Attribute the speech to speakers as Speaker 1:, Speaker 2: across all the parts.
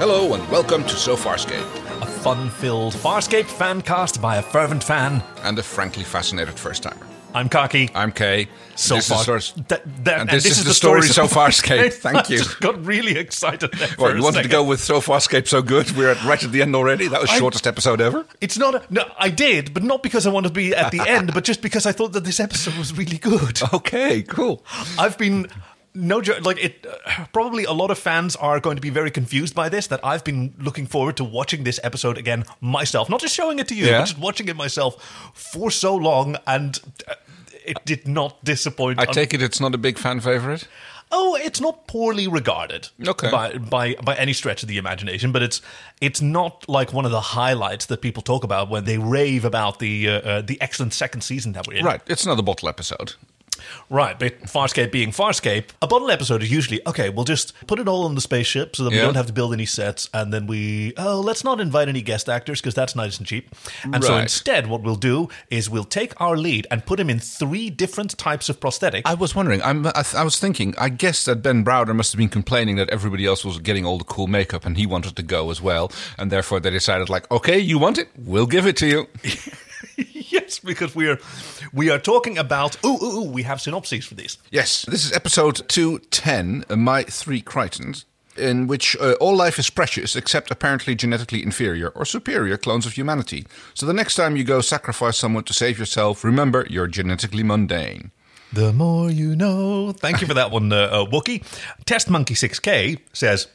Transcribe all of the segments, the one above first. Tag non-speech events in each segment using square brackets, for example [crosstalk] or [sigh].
Speaker 1: Welcome to So Farscape,
Speaker 2: A fun filled Farscape fan cast by a fervent fan.
Speaker 1: and a frankly fascinated first timer.
Speaker 2: I'm Kaki.
Speaker 1: I'm Kay.
Speaker 2: So
Speaker 1: Uh, this
Speaker 2: far,
Speaker 1: is yours.
Speaker 2: Th- th-
Speaker 1: and this is the story so far, Skate. Thank
Speaker 2: [laughs] I
Speaker 1: you.
Speaker 2: just got really excited. There for
Speaker 1: Well, you
Speaker 2: a
Speaker 1: wanted
Speaker 2: second.
Speaker 1: to go with So Farscape So Good. We're at, right at the end already. That was
Speaker 2: I-
Speaker 1: shortest episode ever.
Speaker 2: It's not. A, no, I did, but not because I wanted to be
Speaker 1: [laughs]
Speaker 2: at the end, but just because I thought that this episode was really good.
Speaker 1: Okay, cool.
Speaker 2: I've been no joke. Like it, uh, probably a lot of fans are going to be very confused by this. That I've been looking forward to watching this episode again myself, not just showing it to you,
Speaker 1: Yeah.
Speaker 2: but just watching it myself for so long, and uh, it did not disappoint.
Speaker 1: I
Speaker 2: Un-
Speaker 1: take it it's not a big fan favorite.
Speaker 2: oh, it's not poorly regarded,
Speaker 1: Okay.
Speaker 2: by by by any stretch of the imagination, but it's it's not like one of the highlights that people talk about when they rave about the uh, uh, the excellent second season that we're in.
Speaker 1: Right, it's another bottle episode.
Speaker 2: Right, but Farscape being Farscape, a bottle episode is usually okay. We'll just put it all on the spaceship so that we
Speaker 1: Yeah.
Speaker 2: don't have to build any sets, and then we oh, let's not invite any guest actors because that's nice and cheap. And so
Speaker 1: Right.
Speaker 2: instead, what we'll do is we'll take our lead and put him in three different types of prosthetics. [laughs]
Speaker 1: I was wondering. I'm, I, th- I was thinking. I guess that Ben Browder must have been complaining that everybody else was getting all the cool makeup, and he wanted to go as well. And therefore, they decided, like, okay, you want it, we'll give it to you.
Speaker 2: yes, because we are we are talking about ooh ooh ooh. We have synopses for these.
Speaker 1: Yes, this is episode 210, uh, My Three Crichtons, in which uh, all life is precious except apparently genetically inferior or superior clones of humanity. So the next time you go sacrifice someone to save yourself, remember you're genetically mundane.
Speaker 2: The more you know. Thank you for that one, uh, uh, Wookie. Test Monkey 6K says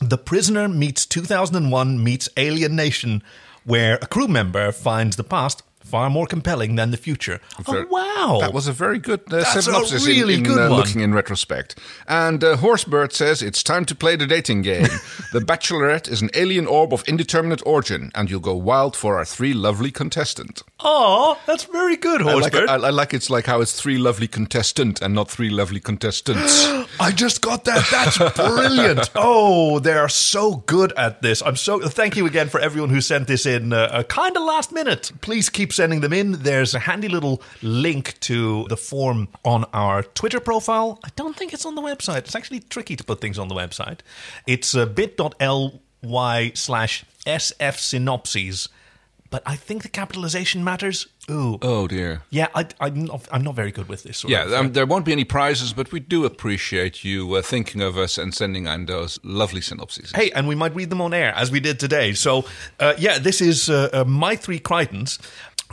Speaker 2: The prisoner meets 2001 meets Alien Nation, where a crew member finds the past far more compelling than the future. Oh,
Speaker 1: Ver-
Speaker 2: wow.
Speaker 1: Uh, That was a very good uh,
Speaker 2: That's a
Speaker 1: synopsis. in-
Speaker 2: really
Speaker 1: in,
Speaker 2: good
Speaker 1: uh,
Speaker 2: one.
Speaker 1: Looking in retrospect, and uh, Horsebird says it's time to play the dating game.
Speaker 2: [laughs]
Speaker 1: the Bachelorette is an alien orb of indeterminate origin, and you'll go wild for our three lovely contestant.
Speaker 2: Aw, that's very good,
Speaker 1: I like,
Speaker 2: Horsebird.
Speaker 1: I, I like it's like how it's three lovely contestant and not three lovely contestants.
Speaker 2: I just got that. That's brilliant. Oh, they are so good at this. I'm so thank you again for everyone who sent this in uh, uh, kind of last minute. Please keep sending them in. There's a handy little link to the form on our Twitter profile. I don't think it's on the website. It's actually tricky to put things on the website. It's uh, bit.ly slash sf synopses. But I think the capitalization matters. Ooh.
Speaker 1: [gasps] oh dear.
Speaker 2: Yeah, I, I'm, not, I'm not very good with this. Sort
Speaker 1: Yeah,
Speaker 2: of,
Speaker 1: um, there won't be any prizes, but we do appreciate you uh, thinking of us and sending in those lovely synopses.
Speaker 2: Hey, and we might read them on air as we did today. So, uh, yeah, this is uh, uh, my three Crichtons.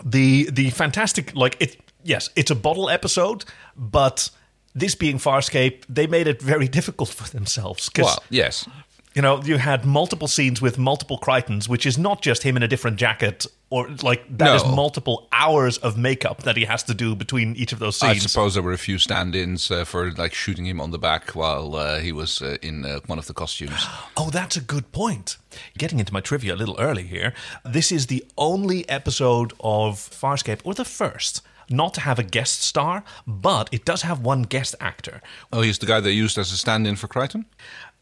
Speaker 2: The the fantastic like it. Yes, it's a bottle episode, but this being Farscape, they made it very [laughs] difficult for themselves because
Speaker 1: Well, yes.
Speaker 2: you know you had multiple scenes with multiple Crichtons, which is not just him in a different jacket or like that is
Speaker 1: No.
Speaker 2: multiple hours of makeup that he has to do between each of those
Speaker 1: I
Speaker 2: scenes.
Speaker 1: suppose there were a few stand-ins uh, for like shooting him on the back while uh, he was uh, in uh, one of the [gasps] costumes.
Speaker 2: Oh, that's a good point. Getting into my trivia a little early here. This is the only episode of Farscape, or the first, not to have a guest star, but it does have one guest actor,
Speaker 1: Oh, he's the guy they used as a stand-in for Crichton.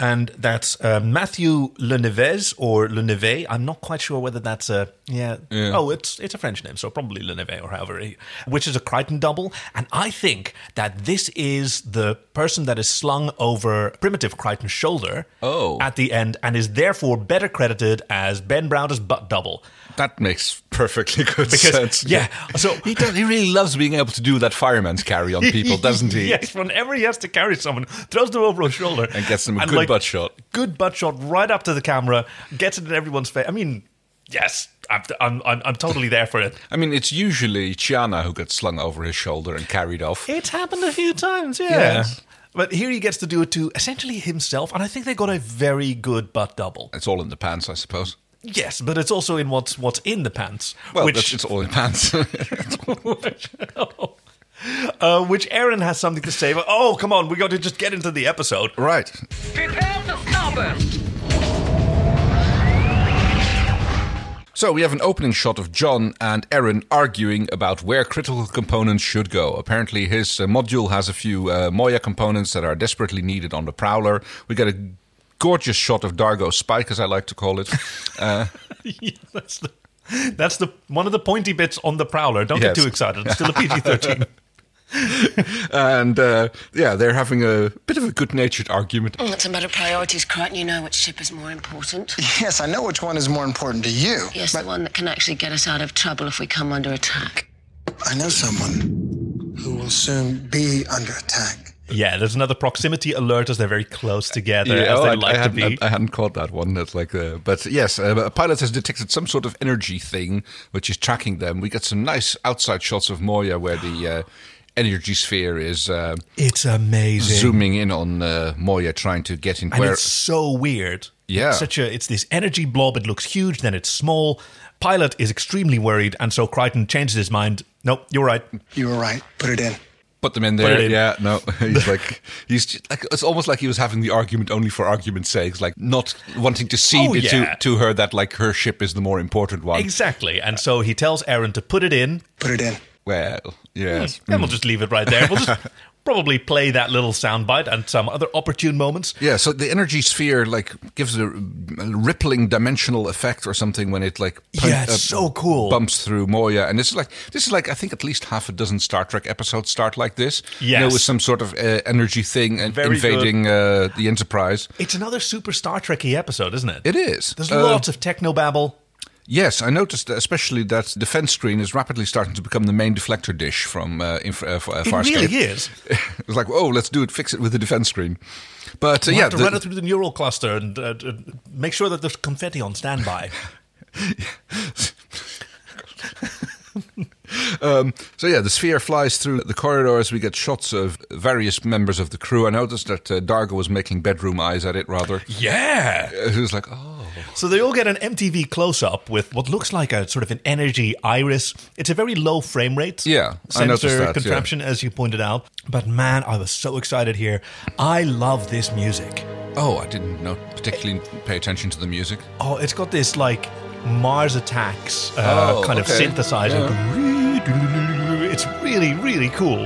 Speaker 2: and that's uh, Matthew Lenevez or Leneve. I'm not quite sure whether that's a yeah.
Speaker 1: Yeah.
Speaker 2: Oh, it's it's a French name, so probably Leneve or however, he, which is a Crichton double. And I think that this is the person that is slung over primitive Crichton's shoulder
Speaker 1: Oh.
Speaker 2: at the end, and is therefore better credited as Ben Browder's butt
Speaker 1: [laughs]
Speaker 2: double.
Speaker 1: That makes perfectly good sense.
Speaker 2: Because yeah, so
Speaker 1: He, does, he really loves being able to do that fireman's carry [laughs] on
Speaker 2: [laughs]
Speaker 1: people, doesn't he?
Speaker 2: Yes, whenever he has to carry someone, throws them over his shoulder
Speaker 1: And gets them a good butt shot.
Speaker 2: Good butt shot right up to the camera, gets it in everyone's face. I mean, yes, I'm, I'm, I'm, I'm totally there for it.
Speaker 1: I mean, it's usually Chiana who gets slung over his shoulder and carried off.
Speaker 2: It's happened a few times,
Speaker 1: yes.
Speaker 2: But here he gets to do it to essentially himself, and I think they got a very good butt double.
Speaker 1: It's all in the pants, I suppose.
Speaker 2: Yes, but it's also in what's what's in the pants.
Speaker 1: Well,
Speaker 2: which,
Speaker 1: that's, it's all in pants. It's all-
Speaker 2: [laughs] uh, which Aaron has something to say. But, oh, come on, we got to just get into the episode.
Speaker 1: right.
Speaker 3: Prepare for starburst.
Speaker 1: So we have an opening shot of John and Erin arguing about where critical components should go. Apparently, his uh, module has a few uh, Moya components that are desperately needed on the Prowler. We get a gorgeous shot of Dargo's spike, as I like to call it. Uh, [laughs]
Speaker 2: [laughs] Yeah, that's the that's the one of the pointy bits on the prowler. Don't
Speaker 1: Yes. [laughs]
Speaker 2: get too excited. It's still a PG thirteen.
Speaker 1: and uh, yeah, they're having a bit of a good-natured argument.
Speaker 4: Mm, That's a matter of priorities, Crichton. You know which ship is more important.
Speaker 5: Yes, I know which one is more important to you.
Speaker 4: Yes, the one that can actually get us out of trouble if we come under attack.
Speaker 5: I know someone who will soon be under attack.
Speaker 2: Yeah, there's another proximity alert as they're very close together,
Speaker 1: Yeah,
Speaker 2: as
Speaker 1: oh,
Speaker 2: they
Speaker 1: I,
Speaker 2: like
Speaker 1: I
Speaker 2: to
Speaker 1: hadn't,
Speaker 2: be.
Speaker 1: I hadn't caught that one. That's like, uh, but yes, uh, a pilot has detected some sort of energy thing which is tracking them. We get some nice outside shots of Moya where the uh, energy sphere is uh,
Speaker 2: it's amazing.
Speaker 1: zooming in on uh, Moya, trying to get in.
Speaker 2: and
Speaker 1: where
Speaker 2: it's so weird.
Speaker 1: Yeah.
Speaker 2: It's such a it's this energy blob. It looks huge, then it's small. Pilot is extremely worried, and so Crichton changes his mind. Nope, you're right.
Speaker 1: Um,
Speaker 5: You were right. Put it in.
Speaker 1: put them in there.
Speaker 2: it in.
Speaker 1: Yeah, no, [laughs]
Speaker 2: [laughs]
Speaker 1: he's like he's j- like it's almost like he was having the argument only for argument's sake, It's like not wanting to cede
Speaker 2: Oh,
Speaker 1: it
Speaker 2: yeah.
Speaker 1: to to her that like her ship is the more important one.
Speaker 2: Exactly. And so he tells Aaron to put it in,
Speaker 5: Put it in.
Speaker 1: well, yeah.
Speaker 2: and we'll just leave it right there. We'll just [laughs] probably play that little soundbite and some other opportune moments.
Speaker 1: Yeah, so the energy sphere like gives a, a rippling dimensional effect or something when it like uh,
Speaker 2: Yeah, it's so cool.
Speaker 1: bumps through Moya, and this is like this is like I think at least half a dozen Star Trek episodes start like this. you know,
Speaker 2: Yes.
Speaker 1: with some sort of uh, energy thing and
Speaker 2: Very good.
Speaker 1: invading uh, the Enterprise.
Speaker 2: It's another super Star Trekky episode, isn't it?
Speaker 1: It is.
Speaker 2: There's
Speaker 1: Uh,
Speaker 2: lots of technobabble.
Speaker 1: Yes, I noticed that especially that defense screen is rapidly starting to become the main deflector dish from uh, inf- uh, f- uh,
Speaker 2: It
Speaker 1: Farscape.
Speaker 2: really is.
Speaker 1: [laughs] it's like, oh, let's do it, fix it with the defense screen. But uh,
Speaker 2: We
Speaker 1: yeah,
Speaker 2: have to
Speaker 1: the-
Speaker 2: run it through the neural cluster and uh, uh, make sure that there's confetti on
Speaker 1: [laughs]
Speaker 2: standby.
Speaker 1: So yeah, the sphere flies through the corridors. We get shots of various members of the crew. I noticed that uh, Dargo was making bedroom eyes at it rather.
Speaker 2: yeah.
Speaker 1: Uh, He was like, "Oh,
Speaker 2: So they all get an MTV close up with what looks like a sort of an energy iris. It's a very low frame rate.
Speaker 1: Yeah, I noticed
Speaker 2: sensor
Speaker 1: that, yeah.
Speaker 2: contraption, as you pointed out. But man, I was so excited here. I love this music.
Speaker 1: oh, I didn't know, particularly pay attention to the music."
Speaker 2: Oh, it's got this like Mars Attacks uh,
Speaker 1: Oh,
Speaker 2: kind of
Speaker 1: okay.
Speaker 2: synthesizer. It's really, really cool.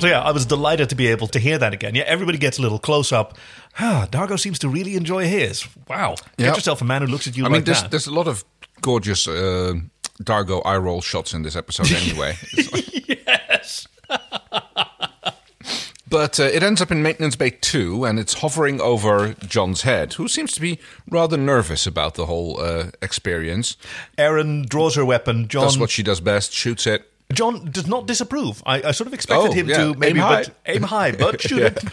Speaker 2: So yeah, I was delighted to be able to hear that again. Yeah, everybody gets a little close up. Ah, Dargo seems to really enjoy his. Wow,
Speaker 1: Yeah.
Speaker 2: get yourself a man who looks at you
Speaker 1: I
Speaker 2: like
Speaker 1: mean, there's,
Speaker 2: that.
Speaker 1: there's a lot of gorgeous uh, Dargo eye roll shots in this
Speaker 2: [laughs]
Speaker 1: episode, anyway. It's like-
Speaker 2: [laughs] yes.
Speaker 1: but uh, it ends up in maintenance bay two, and it's hovering over John's head, who seems to be rather nervous about the whole uh, experience.
Speaker 2: Erin draws her weapon. John
Speaker 1: Does what she does best, shoots it.
Speaker 2: John does not disapprove. I, I sort of expected
Speaker 1: Oh,
Speaker 2: him
Speaker 1: yeah.
Speaker 2: to maybe
Speaker 1: Aim high.
Speaker 2: But,
Speaker 1: [laughs]
Speaker 2: aim high, but shoot it.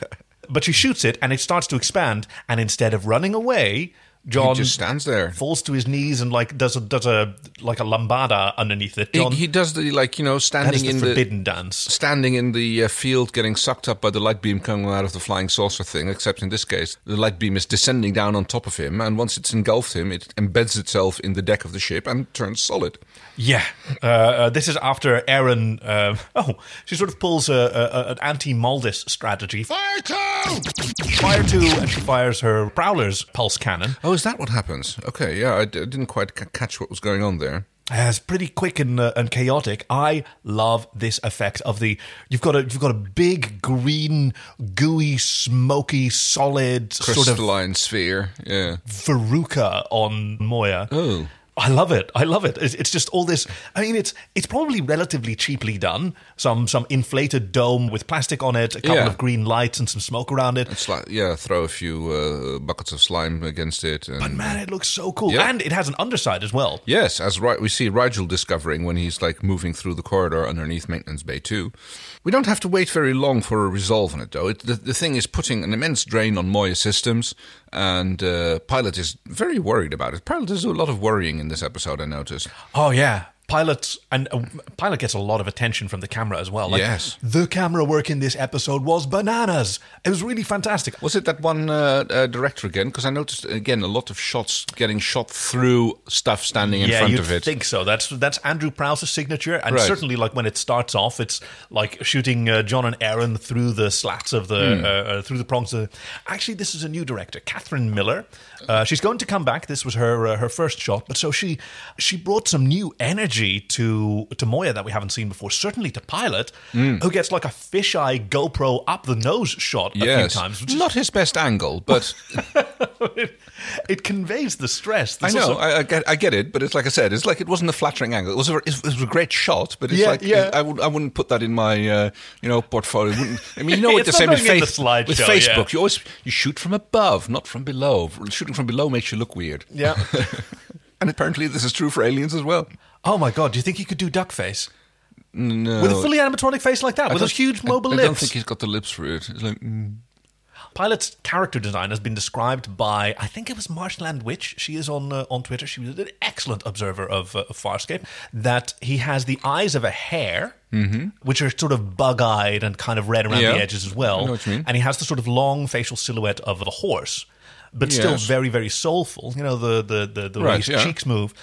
Speaker 2: But she shoots it, and it starts to expand. And instead of running away, John
Speaker 1: just stands there.
Speaker 2: falls to his knees, and like does a does a like a lambada underneath it.
Speaker 1: He,
Speaker 2: John,
Speaker 1: he does the like, you know,
Speaker 2: that is
Speaker 1: standing
Speaker 2: the
Speaker 1: in the
Speaker 2: forbidden dance.
Speaker 1: standing in the uh, field getting sucked up by the light beam coming out of the flying saucer thing, except in this case, the light beam is descending down on top of him, and once it's engulfed him, it embeds itself in the deck of the ship and turns solid.
Speaker 2: Yeah, uh, uh, this is after Aaron. Uh, [laughs] oh, she sort of pulls a, a, a- an anti Maldus strategy.
Speaker 1: Fire two!
Speaker 2: Fire two, and she fires her Prowler's pulse cannon.
Speaker 1: Oh, is that what happens? Okay, yeah, I d- I didn't quite c- catch what was going on there.
Speaker 2: Uh, It's pretty quick and uh, and chaotic. I love this effect of the you've got a you've got a big green gooey smoky solid sort of
Speaker 1: Crystalline sphere, yeah.
Speaker 2: veruca on Moya.
Speaker 1: Oh.
Speaker 2: I love it. I love it. It's, it's just all this. I mean, it's it's probably relatively cheaply done. Some some inflated dome with plastic on it, a couple
Speaker 1: Yeah.
Speaker 2: of green lights, and some smoke around it.
Speaker 1: It's like, yeah, throw a few uh, buckets of slime against it. And
Speaker 2: But man, it looks so cool,
Speaker 1: Yeah.
Speaker 2: and it has an underside as well.
Speaker 1: Yes, as right, we see Rigel discovering when he's like moving through the corridor underneath maintenance bay two. We don't have to wait very long for a resolve on it, though. It, the, the thing is putting an immense drain on Moya systems, and uh, Pilot is very worried about it. Pilot does do a lot of worrying in this episode. I noticed.
Speaker 2: Oh yeah, pilot and uh, pilot gets a lot of attention from the camera as well. Like,
Speaker 1: Yes.
Speaker 2: the camera work in this episode was bananas. It was really fantastic.
Speaker 1: Was it that one uh, uh, director again? Because I noticed again a lot of shots getting shot through stuff standing in
Speaker 2: yeah,
Speaker 1: front
Speaker 2: you'd
Speaker 1: of it.
Speaker 2: think so. That's that's Andrew Prowse's signature, and
Speaker 1: Right.
Speaker 2: certainly like when it starts off, it's like shooting uh, John and Aaron through the slats of the
Speaker 1: Hmm.
Speaker 2: uh, uh, through the prongs. Of Actually, this is a new director, Catherine Miller. Uh, she's going to come back. This was her uh, her first shot, but so she she brought some new energy to to Moya that we haven't seen before. Certainly to Pilot,
Speaker 1: Hmm.
Speaker 2: who gets like a fisheye GoPro up the nose shot
Speaker 1: Yes.
Speaker 2: a few times. Which is-
Speaker 1: Not his best angle, but
Speaker 2: [laughs] it, conveys the stress.
Speaker 1: I
Speaker 2: There's
Speaker 1: know,
Speaker 2: also-
Speaker 1: I, I, get, I get it. But it's like I said, it's like it wasn't a flattering angle. It was a, it was a great shot, but it's
Speaker 2: Yeah,
Speaker 1: like
Speaker 2: yeah.
Speaker 1: I, would, I wouldn't put that in my uh, you know portfolio. I wouldn't- I
Speaker 2: [laughs]
Speaker 1: mean, you know what
Speaker 2: It's
Speaker 1: they say
Speaker 2: not
Speaker 1: with,
Speaker 2: going in the
Speaker 1: faith-
Speaker 2: slideshow,
Speaker 1: with
Speaker 2: yeah.
Speaker 1: Facebook. You always you shoot from above, not from below. Shooting from below makes you look weird.
Speaker 2: Yeah.
Speaker 1: [laughs] and apparently this is true for aliens as well.
Speaker 2: oh my god! Do you think he could do duck face? No. With a fully animatronic face like that, with
Speaker 1: I
Speaker 2: those
Speaker 1: don't-
Speaker 2: huge
Speaker 1: I-
Speaker 2: mobile
Speaker 1: I,
Speaker 2: lips.
Speaker 1: don't think he's got the lips for it. It's like, mm.
Speaker 2: Pilot's character design has been described by, I think it was Marshland Witch. She is on uh, on Twitter. She was an excellent observer of, uh, of Farscape. That he has the eyes of a hare, which are sort of bug eyed and kind of red around
Speaker 1: Mm-hmm. Yeah.
Speaker 2: the edges as well.
Speaker 1: I know what you mean.
Speaker 2: And he has the sort of long facial silhouette of a horse, but still
Speaker 1: Yes.
Speaker 2: very very soulful. You know the the the, the way
Speaker 1: Right,
Speaker 2: his
Speaker 1: yeah.
Speaker 2: cheeks move.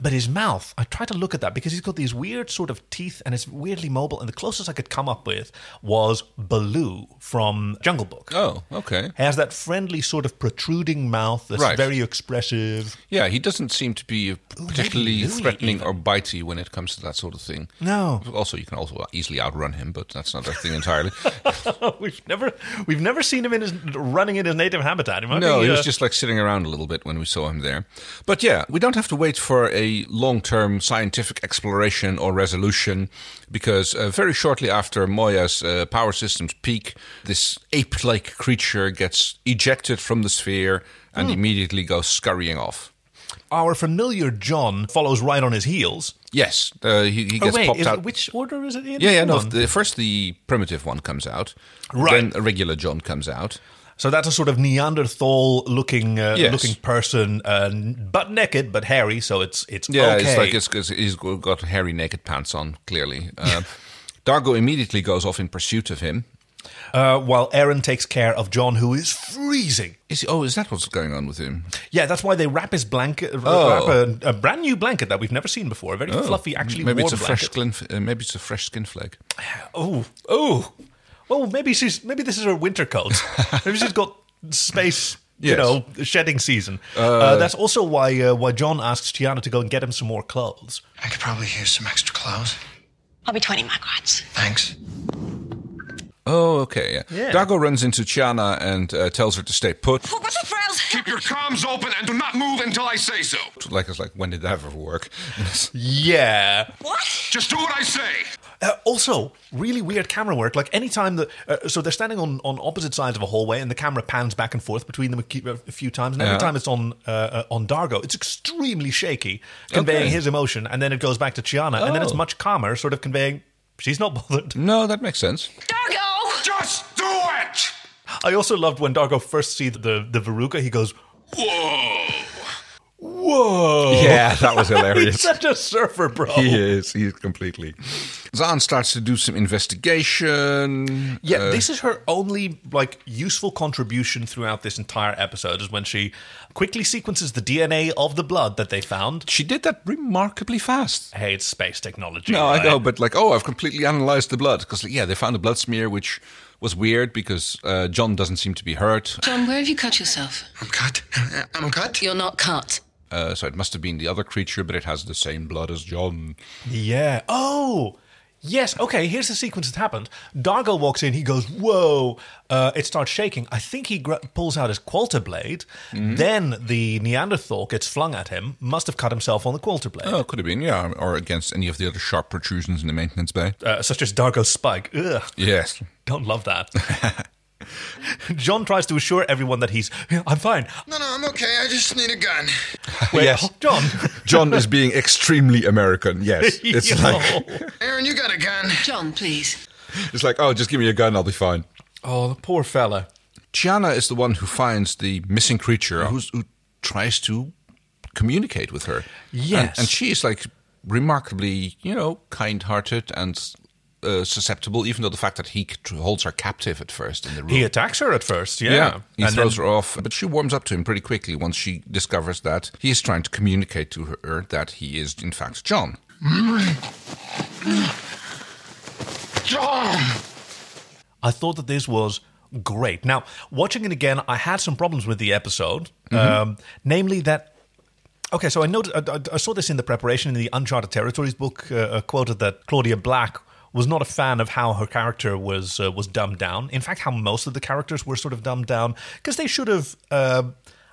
Speaker 2: But his mouth, I tried to look at that because he's got these weird sort of teeth and it's weirdly mobile. And the closest I could come up with was Baloo from Jungle Book
Speaker 1: oh, okay.
Speaker 2: has that friendly sort of protruding mouth that's
Speaker 1: Right.
Speaker 2: very expressive.
Speaker 1: Yeah, he doesn't seem to be particularly
Speaker 2: Louis
Speaker 1: threatening or bitey when it comes to that sort of thing.
Speaker 2: No.
Speaker 1: Also, you can also easily outrun him, but that's another thing entirely.
Speaker 2: [laughs] [laughs] we've never we've never seen him in his running in his native habitat. It might
Speaker 1: no,
Speaker 2: be,
Speaker 1: he was
Speaker 2: uh,
Speaker 1: just like sitting around a little bit when we saw him there. But yeah, we don't have to wait for a long-term scientific exploration or resolution because uh, very shortly after Moya's uh, power systems peak, this ape-like creature gets ejected from the sphere and
Speaker 2: Hmm.
Speaker 1: immediately goes scurrying off.
Speaker 2: our familiar John follows right on his heels.
Speaker 1: Yes, uh, he, he
Speaker 2: Oh
Speaker 1: gets
Speaker 2: wait,
Speaker 1: popped
Speaker 2: is
Speaker 1: out.
Speaker 2: it, which order is it in?
Speaker 1: Yeah, yeah, no.
Speaker 2: Hold on.
Speaker 1: The, first, the primitive one comes out.
Speaker 2: Right.
Speaker 1: Then a regular John comes out.
Speaker 2: So that's a sort of Neanderthal looking uh,
Speaker 1: Yes.
Speaker 2: looking person, uh, but naked, but hairy. So it's it's
Speaker 1: Yeah,
Speaker 2: okay.
Speaker 1: it's like it's, it's, he's got hairy naked pants on, clearly. Uh, Dargo immediately goes off in pursuit of him.
Speaker 2: uh, while Aaron takes care of John, who is freezing.
Speaker 1: Is he, oh, is that what's going on with him?
Speaker 2: Yeah, that's why they wrap his blanket, wrap a, a brand new blanket that we've never seen before, a very fluffy, actually
Speaker 1: Oh. maybe
Speaker 2: warm
Speaker 1: it's a
Speaker 2: blanket.
Speaker 1: fresh skin. Uh, maybe it's a fresh skin flag.
Speaker 2: Oh, oh, oh! Maybe she's maybe this is her winter
Speaker 1: [laughs]
Speaker 2: coat. maybe she's got space. You
Speaker 1: Yes.
Speaker 2: know, shedding season. Uh, that's also why uh, why John asks Tiana to go and get him some more clothes.
Speaker 5: I could probably use some extra clothes.
Speaker 4: I'll be 20 microns.
Speaker 5: Thanks.
Speaker 1: Oh, okay. Yeah.
Speaker 2: Yeah.
Speaker 1: Dargo runs into Chiana and uh, tells her to stay put.
Speaker 4: What's the frills?
Speaker 6: Keep your comms open and do not move until I say so.
Speaker 1: Like it's like, when did that ever
Speaker 2: [laughs]
Speaker 1: work?
Speaker 2: Yeah.
Speaker 4: What?
Speaker 6: Just do what I say.
Speaker 2: Uh, also, really weird camera work. Like anytime that, uh, so they're standing on, on opposite sides of a hallway, and the camera pans back and forth between them a, ke- a few times. And every
Speaker 1: Yeah.
Speaker 2: time it's on uh, uh, on Dargo, it's extremely shaky, conveying
Speaker 1: Okay.
Speaker 2: his emotion, and then it goes back to Chiana, and then it's
Speaker 1: Oh.
Speaker 2: much calmer, sort of conveying she's not bothered.
Speaker 1: no, that makes sense.
Speaker 4: Dargo!
Speaker 6: Just do it.
Speaker 2: I also loved when Dargo first sees the the Veruca. He goes,
Speaker 6: Whoa.
Speaker 1: [laughs]
Speaker 2: "Whoa!"
Speaker 1: Yeah, that
Speaker 2: [laughs]
Speaker 1: was
Speaker 2: He's
Speaker 1: hilarious.
Speaker 2: such a surfer, bro.
Speaker 1: he is. He is completely. Zahn starts to do some investigation.
Speaker 2: Yeah,
Speaker 1: Uh,
Speaker 2: this is her only like useful contribution throughout this entire episode is when she quickly sequences the DNA of the blood that they found.
Speaker 1: She did that remarkably fast.
Speaker 2: Hey, it's space technology.
Speaker 1: No, I
Speaker 2: right?
Speaker 1: know, but like, oh, I've completely analyzed the blood because, yeah, they found a blood smear, which was weird because uh, John doesn't seem to be hurt,
Speaker 4: John, where have you cut yourself?
Speaker 5: I'm cut. I'm cut.
Speaker 4: You're not cut.
Speaker 1: uh, so it must have been the other creature, but it has the same blood as John.
Speaker 2: Yeah. Oh. Yes, okay, here's the sequence that happened. Dargo walks in, he goes, Whoa! Uh, it starts shaking. I think he gra- pulls out his quilter blade.
Speaker 1: Mm-hmm.
Speaker 2: Then the Neanderthal gets flung at him, must have cut himself on the quilter blade.
Speaker 1: Oh, it could have been, yeah, or against any of the other sharp protrusions in the maintenance bay.
Speaker 2: uh, such as Dargo's spike. Ugh,
Speaker 1: Yes.
Speaker 2: don't love that.
Speaker 1: [laughs]
Speaker 2: John tries to assure everyone that he's, I'm
Speaker 1: [laughs]
Speaker 2: fine.
Speaker 5: No, no, I'm okay. I just need a gun.
Speaker 2: Wait, oh,
Speaker 1: Yes.
Speaker 2: John.
Speaker 1: John is [laughs] being extremely American, [laughs] yes. [laughs] It's
Speaker 2: [laughs] Yo.
Speaker 1: like,
Speaker 5: Aaron, you got a gun.
Speaker 4: John, please.
Speaker 1: it's like, oh, just give me a gun, I'll be fine.
Speaker 2: oh, the poor fella.
Speaker 1: Chiana is the one who finds the missing creature who's, who tries to communicate with her. And,
Speaker 2: Yes.
Speaker 1: and she is like remarkably, you know, kind hearted and uh, susceptible, even though the fact that he c- holds her captive at first in the room.
Speaker 2: He attacks her at first, yeah.
Speaker 1: He
Speaker 2: and
Speaker 1: throws
Speaker 2: then,
Speaker 1: her off, but she warms up to him pretty quickly once she discovers that he is trying to communicate to her that he is, in fact, John.
Speaker 6: John.
Speaker 2: I thought that this was great. Now, watching it again, I had some problems with the episode, um, namely that Okay, so I noted, I, I- I saw this in the preparation in the Uncharted Territories book. Uh, uh, quoted that Claudia Black was not a fan of how her character was uh, was dumbed down. In fact, how most of the characters were sort of dumbed down because they should have. Uh,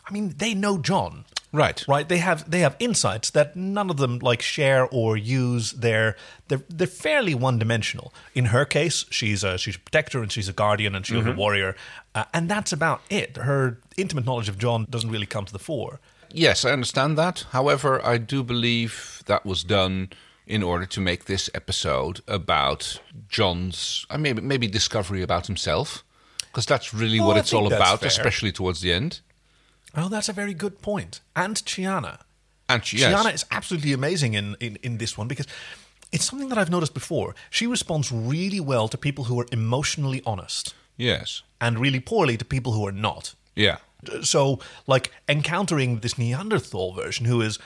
Speaker 2: I mean, they know John,
Speaker 1: Right.
Speaker 2: Right. They have they have insights that none of them like share or use. They're they're, they're fairly one dimensional. In her case, she's a she's a protector and she's a guardian and she's a
Speaker 1: Mm-hmm.
Speaker 2: warrior, uh, and that's about it. Her intimate knowledge of John doesn't really come to the fore.
Speaker 1: Yes, I understand that. However, I do believe that was done in order to make this episode about John's, I mean, maybe discovery about himself, because that's really
Speaker 2: Oh,
Speaker 1: what
Speaker 2: I
Speaker 1: it's
Speaker 2: think
Speaker 1: all
Speaker 2: that's
Speaker 1: about,
Speaker 2: fair.
Speaker 1: especially towards the end.
Speaker 2: Oh, that's a very good point. And Chiana.
Speaker 1: And she, yes,
Speaker 2: Chiana is absolutely amazing in, in, in this one because it's something that I've noticed before. She responds really well to people who are emotionally honest
Speaker 1: yes,
Speaker 2: and really poorly to people who are not.
Speaker 1: yeah,
Speaker 2: So, like, encountering this Neanderthal version who is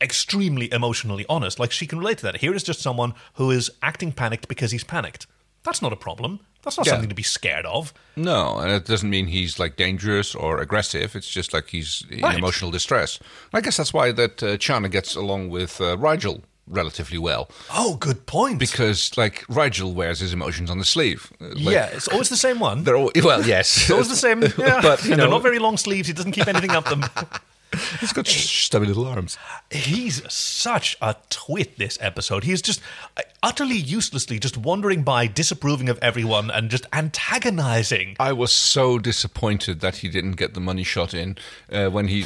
Speaker 2: extremely emotionally honest, like, she can relate to that. Here is just someone who is acting panicked because he's panicked. That's not a problem. That's not
Speaker 1: Yeah.
Speaker 2: something to be scared of.
Speaker 1: no, and it doesn't mean he's like dangerous or aggressive. It's just like he's in
Speaker 2: Right.
Speaker 1: emotional distress. I guess that's why that uh, Chiana gets along with uh, Rigel relatively well,
Speaker 2: Oh, good point.
Speaker 1: because like Rigel wears his emotions on the sleeve. Uh, Like,
Speaker 2: yeah, it's always the same one.
Speaker 1: They're all, well, yes.
Speaker 2: [laughs] It's always the
Speaker 1: [laughs]
Speaker 2: same. Yeah.
Speaker 1: But, you
Speaker 2: and they're
Speaker 1: know-
Speaker 2: not very long sleeves. He doesn't keep anything up them. [laughs]
Speaker 1: He's got stubby little arms.
Speaker 2: He's such a twit this episode. He's just uh, utterly uselessly just wandering by, disapproving of everyone, and just antagonizing.
Speaker 1: I was so disappointed that he didn't get the money shot in uh, when he.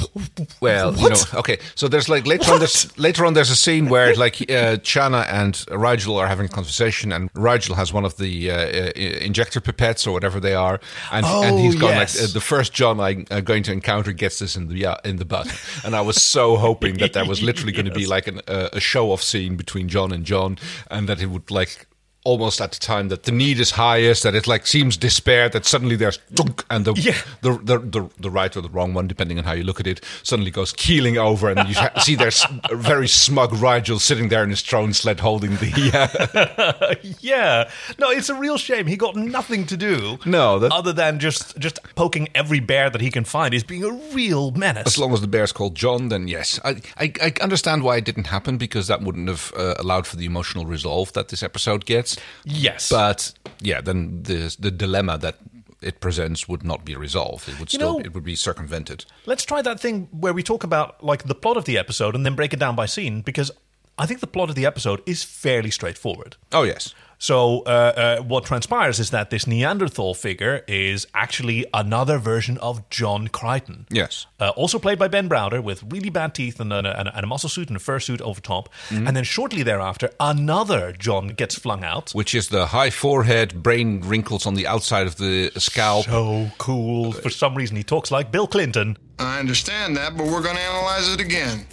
Speaker 1: Well, you know, okay. So there's like later on. There's later on. There's a scene where like uh, Chana and Rigel are having a conversation, and Rigel has one of the uh, uh, injector pipettes or whatever they are, and and
Speaker 2: Oh,
Speaker 1: he's gone
Speaker 2: yes.
Speaker 1: like uh, the first John I'm uh, going to encounter gets this in the uh, in the butt, and I was so hoping that there was literally going to be like an, uh, a show off scene between John and John, and that it would like almost at the time that the need is highest, that it like seems despair, that suddenly there's dunk, and the,
Speaker 2: Yeah.
Speaker 1: the, the the the right or the wrong one, depending on how you look at it, suddenly goes keeling over, and you ha- see there's a very smug Rigel sitting there in his throne sled holding the. [laughs] Uh,
Speaker 2: [laughs] Yeah, no, it's a real shame. He got nothing to do.
Speaker 1: No, that-
Speaker 2: other than just just poking every bear that he can find. He's being a real menace.
Speaker 1: as long as the bear's called John, then yes, I, I I understand why it didn't happen because that wouldn't have uh, allowed for the emotional resolve that this episode gets.
Speaker 2: yes,
Speaker 1: But yeah, then the the dilemma that it presents would not be resolved. It would
Speaker 2: You
Speaker 1: still
Speaker 2: know-
Speaker 1: it would be circumvented.
Speaker 2: Let's try that thing where we talk about like the plot of the episode and then break it down by scene because I think the plot of the episode is fairly straightforward.
Speaker 1: Oh yes.
Speaker 2: So uh, uh, what transpires is that this Neanderthal figure is actually another version of John Crichton.
Speaker 1: Yes.
Speaker 2: Uh, also played by Ben Browder with really bad teeth and a, and a, and a muscle suit and a fursuit over top. And then shortly thereafter, another John gets flung out.
Speaker 1: which is the high forehead, brain wrinkles on the outside of the scalp.
Speaker 2: So cool. Uh, For some reason, he talks like Bill Clinton.
Speaker 5: I understand that, but we're going to analyze it again.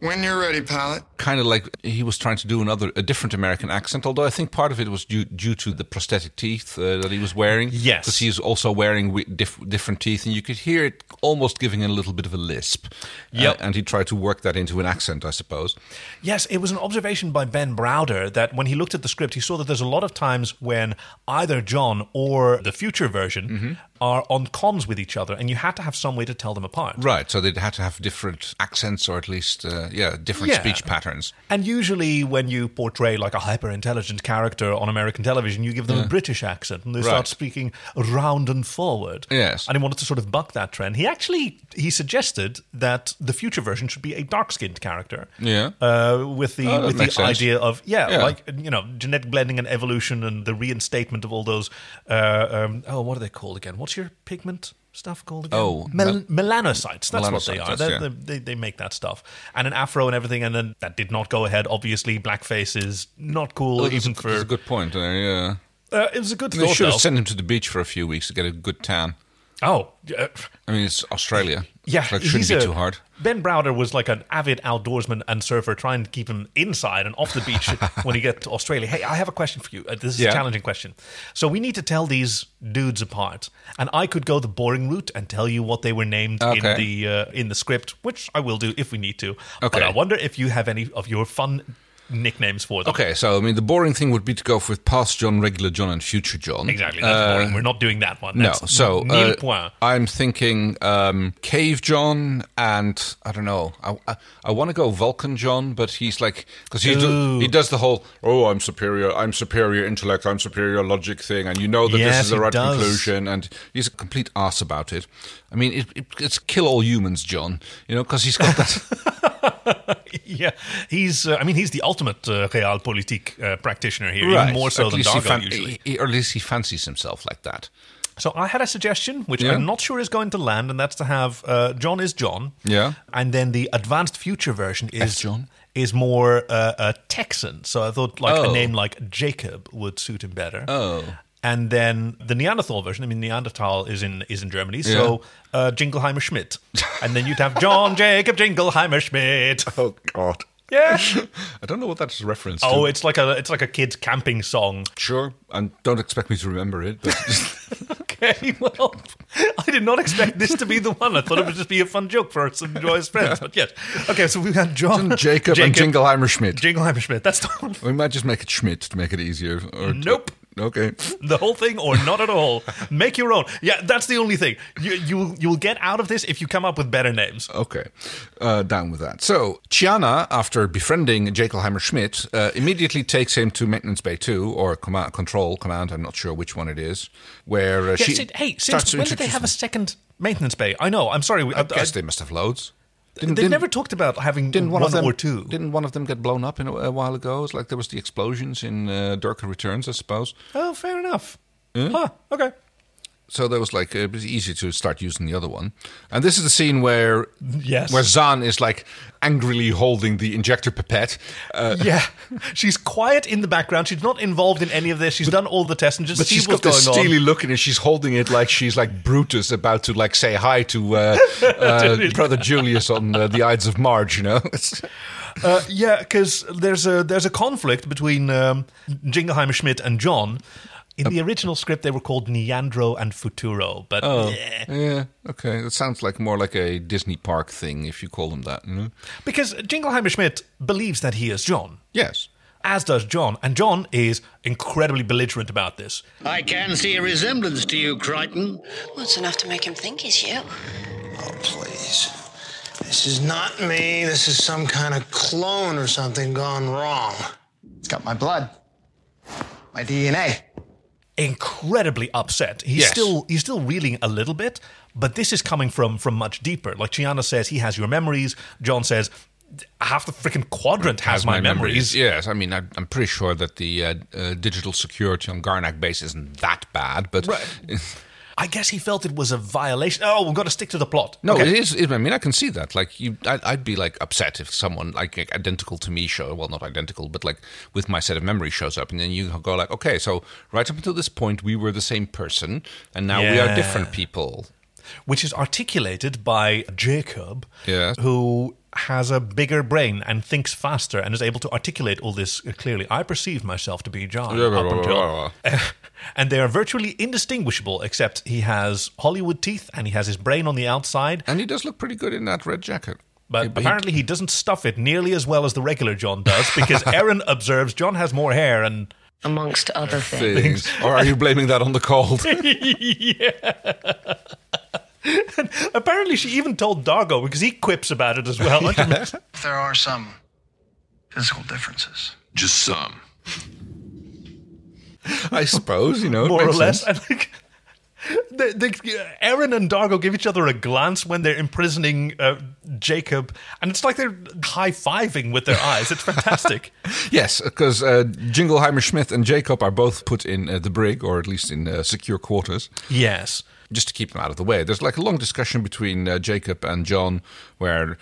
Speaker 5: When you're ready, pilot.
Speaker 1: kind of like he was trying to do another, a different American accent. Although I think part of it was due due to the prosthetic teeth uh, that he was wearing.
Speaker 2: Yes.
Speaker 1: because he's also wearing wi- diff- different teeth, and you could hear it almost giving a little bit of a lisp.
Speaker 2: Yep.
Speaker 1: Uh, and he tried to work that into an accent, I suppose.
Speaker 2: Yes, it was an observation by Ben Browder that when he looked at the script, he saw that there's a lot of times when either John or the future version are on comms with each other, and you had to have some way to tell them apart.
Speaker 1: Right, so they'd had to have different accents, or at least uh, yeah, different
Speaker 2: Yeah.
Speaker 1: speech patterns.
Speaker 2: And usually, when you portray like a hyper intelligent character on American television, you give them a British accent and they
Speaker 1: Right.
Speaker 2: start speaking round and forward.
Speaker 1: Yes.
Speaker 2: And he wanted to sort of buck that trend. He actually he suggested that the future version should be a dark skinned character.
Speaker 1: Yeah.
Speaker 2: Uh, with the
Speaker 1: Oh, that
Speaker 2: with the
Speaker 1: makes sense.
Speaker 2: idea of yeah,
Speaker 1: Yeah.
Speaker 2: like you know genetic blending and evolution and the reinstatement of all those uh, um, oh what are they called again? What's your pigment? Stuff called again?
Speaker 1: Oh,
Speaker 2: Mel-
Speaker 1: mel-
Speaker 2: melanocytes. That's what they
Speaker 1: Melanocytes,
Speaker 2: are.
Speaker 1: yes,
Speaker 2: They're-
Speaker 1: yeah.
Speaker 2: they're- they, they make that stuff and an afro and everything and then that did not go ahead obviously blackface is not cool
Speaker 1: Well,
Speaker 2: even
Speaker 1: that's, a,
Speaker 2: for
Speaker 1: that's a good point. There, yeah,
Speaker 2: uh, it was a good
Speaker 1: they
Speaker 2: thought
Speaker 1: should
Speaker 2: though.
Speaker 1: have sent him to the beach for a few weeks to get a good tan.
Speaker 2: oh uh,
Speaker 1: I mean, it's Australia.
Speaker 2: yeah
Speaker 1: so it
Speaker 2: he's
Speaker 1: shouldn't be
Speaker 2: a-
Speaker 1: too hard.
Speaker 2: ben browder was like an avid outdoorsman and surfer trying to keep him inside and off the
Speaker 1: [laughs]
Speaker 2: beach when he get to australia hey i have a question for you uh, this is
Speaker 1: Yeah.
Speaker 2: a challenging question so we need to tell these dudes apart and i could go the boring route and tell you what they were named
Speaker 1: Okay.
Speaker 2: in the uh, in the script which i will do if we need to but
Speaker 1: Okay.
Speaker 2: i wonder if you have any of your fun nicknames for them.
Speaker 1: Okay, so I mean, the boring thing would be to go with past John, regular John, and future John.
Speaker 2: Exactly. That's
Speaker 1: Uh,
Speaker 2: boring. We're not doing that one.
Speaker 1: No,
Speaker 2: That's
Speaker 1: so
Speaker 2: nil
Speaker 1: uh,
Speaker 2: point.
Speaker 1: I'm thinking um, Cave John and I don't know. I, I, I want to go Vulcan John, but he's like because he do,
Speaker 2: Ooh.
Speaker 1: he does the whole oh I'm superior, I'm superior intellect, I'm superior logic thing, and you know that
Speaker 2: Yes,
Speaker 1: this is the
Speaker 2: he
Speaker 1: right
Speaker 2: does.
Speaker 1: conclusion, and he's a complete ass about it. I mean, it, it, it's kill all humans, John. You know, because he's got that.
Speaker 2: [laughs] Yeah, he's. Uh, I mean, he's the ultimate uh, realpolitik uh, practitioner here, [laughs] even more so
Speaker 1: At
Speaker 2: than
Speaker 1: least he
Speaker 2: Dargo
Speaker 1: fan-
Speaker 2: usually.
Speaker 1: he- or at least he fancies himself like that.
Speaker 2: So I had a suggestion, which
Speaker 1: Yeah.
Speaker 2: I'm not sure is going to land, and that's to have uh, John is John.
Speaker 1: Yeah.
Speaker 2: and then the advanced future version is
Speaker 1: John?
Speaker 2: is more uh, uh, Texan. So I thought like
Speaker 1: Oh.
Speaker 2: a name like Jacob would suit him better.
Speaker 1: Oh.
Speaker 2: And then the Neanderthal version. I mean, Neanderthal is in is in Germany, so uh, Jingleheimer Schmidt, and then you'd have
Speaker 1: [laughs]
Speaker 2: John Jacob Jingleheimer Schmidt.
Speaker 1: Oh God.
Speaker 2: Yeah.
Speaker 1: [laughs] I don't know what that's a reference to.
Speaker 2: Oh, it's like a it's like a kid's camping song.
Speaker 1: Sure, and don't expect me to remember it.
Speaker 6: [laughs]
Speaker 1: But
Speaker 2: Okay, [laughs] well, I did not expect this to be the one. I thought it would just be a fun joke for us and joyous friends. But yes, okay. So we had John,
Speaker 1: Jacob, and Jingleheimer Schmidt.
Speaker 2: Jingleheimer Schmidt. That's the one.
Speaker 1: we might just make it Schmidt to make it easier. Or
Speaker 2: Nope.
Speaker 1: Okay.
Speaker 2: the whole thing or not at all. Make your own. Yeah, that's the only thing you you will- you will get out of this if you come up with better names.
Speaker 1: Okay. Uh, down with that. So, Chiana, after befriending Jekyllheimer Schmidt, uh, immediately takes him to Maintenance Bay 2, or command, Control Command, I'm not sure which one it is, where uh,
Speaker 2: Yeah,
Speaker 1: she
Speaker 2: si- hey,
Speaker 1: starts
Speaker 2: since
Speaker 1: to
Speaker 2: when did they
Speaker 1: introduce
Speaker 2: have a
Speaker 1: him.
Speaker 2: second maintenance bay? I know. I'm sorry. we- I,
Speaker 1: I guess
Speaker 2: I-
Speaker 1: they must have loads.
Speaker 2: they never talked about having
Speaker 1: didn't one,
Speaker 2: one,
Speaker 1: of them,
Speaker 2: or two.
Speaker 1: Didn't one of them get blown up in a, a while ago? It's like there was the explosions in uh, Durka Returns, I suppose.
Speaker 2: oh, fair enough.
Speaker 1: Hmm?
Speaker 2: Huh. Okay.
Speaker 1: so there was like it was easy to start using the other one. And this is the scene where
Speaker 2: Yes.
Speaker 1: where Zan is like angrily holding the injector pipette. Uh,
Speaker 2: Yeah, she's quiet in the background. She's not involved in any of this. She's done all the tests and just
Speaker 1: but
Speaker 2: see
Speaker 1: she's
Speaker 2: what's
Speaker 1: got this
Speaker 2: going
Speaker 1: steely
Speaker 2: on.
Speaker 1: look in it. She's holding it like she's like Brutus about to like say hi to
Speaker 2: [laughs]
Speaker 1: uh, uh, brother Julius on uh, the Ides of March. You know, It's-
Speaker 2: Uh, yeah, because there's a there's a conflict between um, Jingleheimer Schmidt and John. In the original script, they were called Neandro and Futuro, but
Speaker 1: Oh.
Speaker 2: eh.
Speaker 1: yeah, okay. That sounds like more like a Disney park thing if you call them that. You know?
Speaker 2: because Jingleheimer Schmidt believes that he is John,
Speaker 1: Yes.
Speaker 2: as does John, and John is incredibly belligerent about this.
Speaker 7: I can see a resemblance to you, Crichton.
Speaker 4: Well, it's enough to make him think he's you.
Speaker 5: Oh, please. This is not me. This is some kind of clone or something gone wrong. It's got my blood, my DNA.
Speaker 2: incredibly upset. He's
Speaker 1: Yes.
Speaker 2: still he's still reeling a little bit, but this is coming from from much deeper. Like Chiana says, he has your memories. John says, half the freaking quadrant has, my, memories.
Speaker 1: Yes, I mean, I, I'm pretty sure that the uh, uh, digital security on Garnak base isn't that bad, but [laughs]
Speaker 2: Right. I guess he felt it was a violation. Oh, we've got to stick to the plot.
Speaker 1: No,
Speaker 2: Okay.
Speaker 1: it is. It, I mean, I can see that. Like, you, I, I'd be like upset if someone like identical to me show, well, not identical, but like with my set of memories shows up, and then you go like, okay, so right up until this point, we were the same person, and now we are
Speaker 2: Yeah.
Speaker 1: different people.
Speaker 2: which is articulated by Jacob,
Speaker 1: Yes.
Speaker 2: who has a bigger brain and thinks faster and is able to articulate all this clearly. I perceive myself to be John
Speaker 1: Yeah, blah,
Speaker 2: up
Speaker 1: blah,
Speaker 2: until,
Speaker 1: blah,
Speaker 2: [laughs] and they are virtually indistinguishable, except he has Hollywood teeth and he has his brain on the outside.
Speaker 1: And he does look pretty good in that red jacket.
Speaker 2: But
Speaker 1: Yeah, he-
Speaker 2: apparently, he doesn't stuff it nearly as well as the regular
Speaker 1: [laughs]
Speaker 2: John does because Aaron observes John has more hair and
Speaker 4: Amongst other
Speaker 1: [laughs]
Speaker 4: things.
Speaker 1: things. or are you blaming that on the cold?
Speaker 2: [laughs]
Speaker 1: [laughs]
Speaker 2: apparently she even told Dargo because he quips about it as well.
Speaker 1: [laughs]
Speaker 5: There are some physical differences.
Speaker 6: Just some.
Speaker 1: I suppose you know, it
Speaker 2: more or
Speaker 1: makes
Speaker 2: less.
Speaker 1: sense.
Speaker 2: [laughs] I think they, they, Aaron and Dargo give each other a glance when they're imprisoning uh, Jacob, and it's like they're high fiving with their eyes. It's fantastic.
Speaker 1: Yes, because uh, Jingleheimer Schmidt and Jacob are both put in uh, the brig, or at least in uh, secure quarters.
Speaker 2: [laughs] yes.
Speaker 1: just to keep them out of the way. There's like a long discussion between uh, Jacob and John where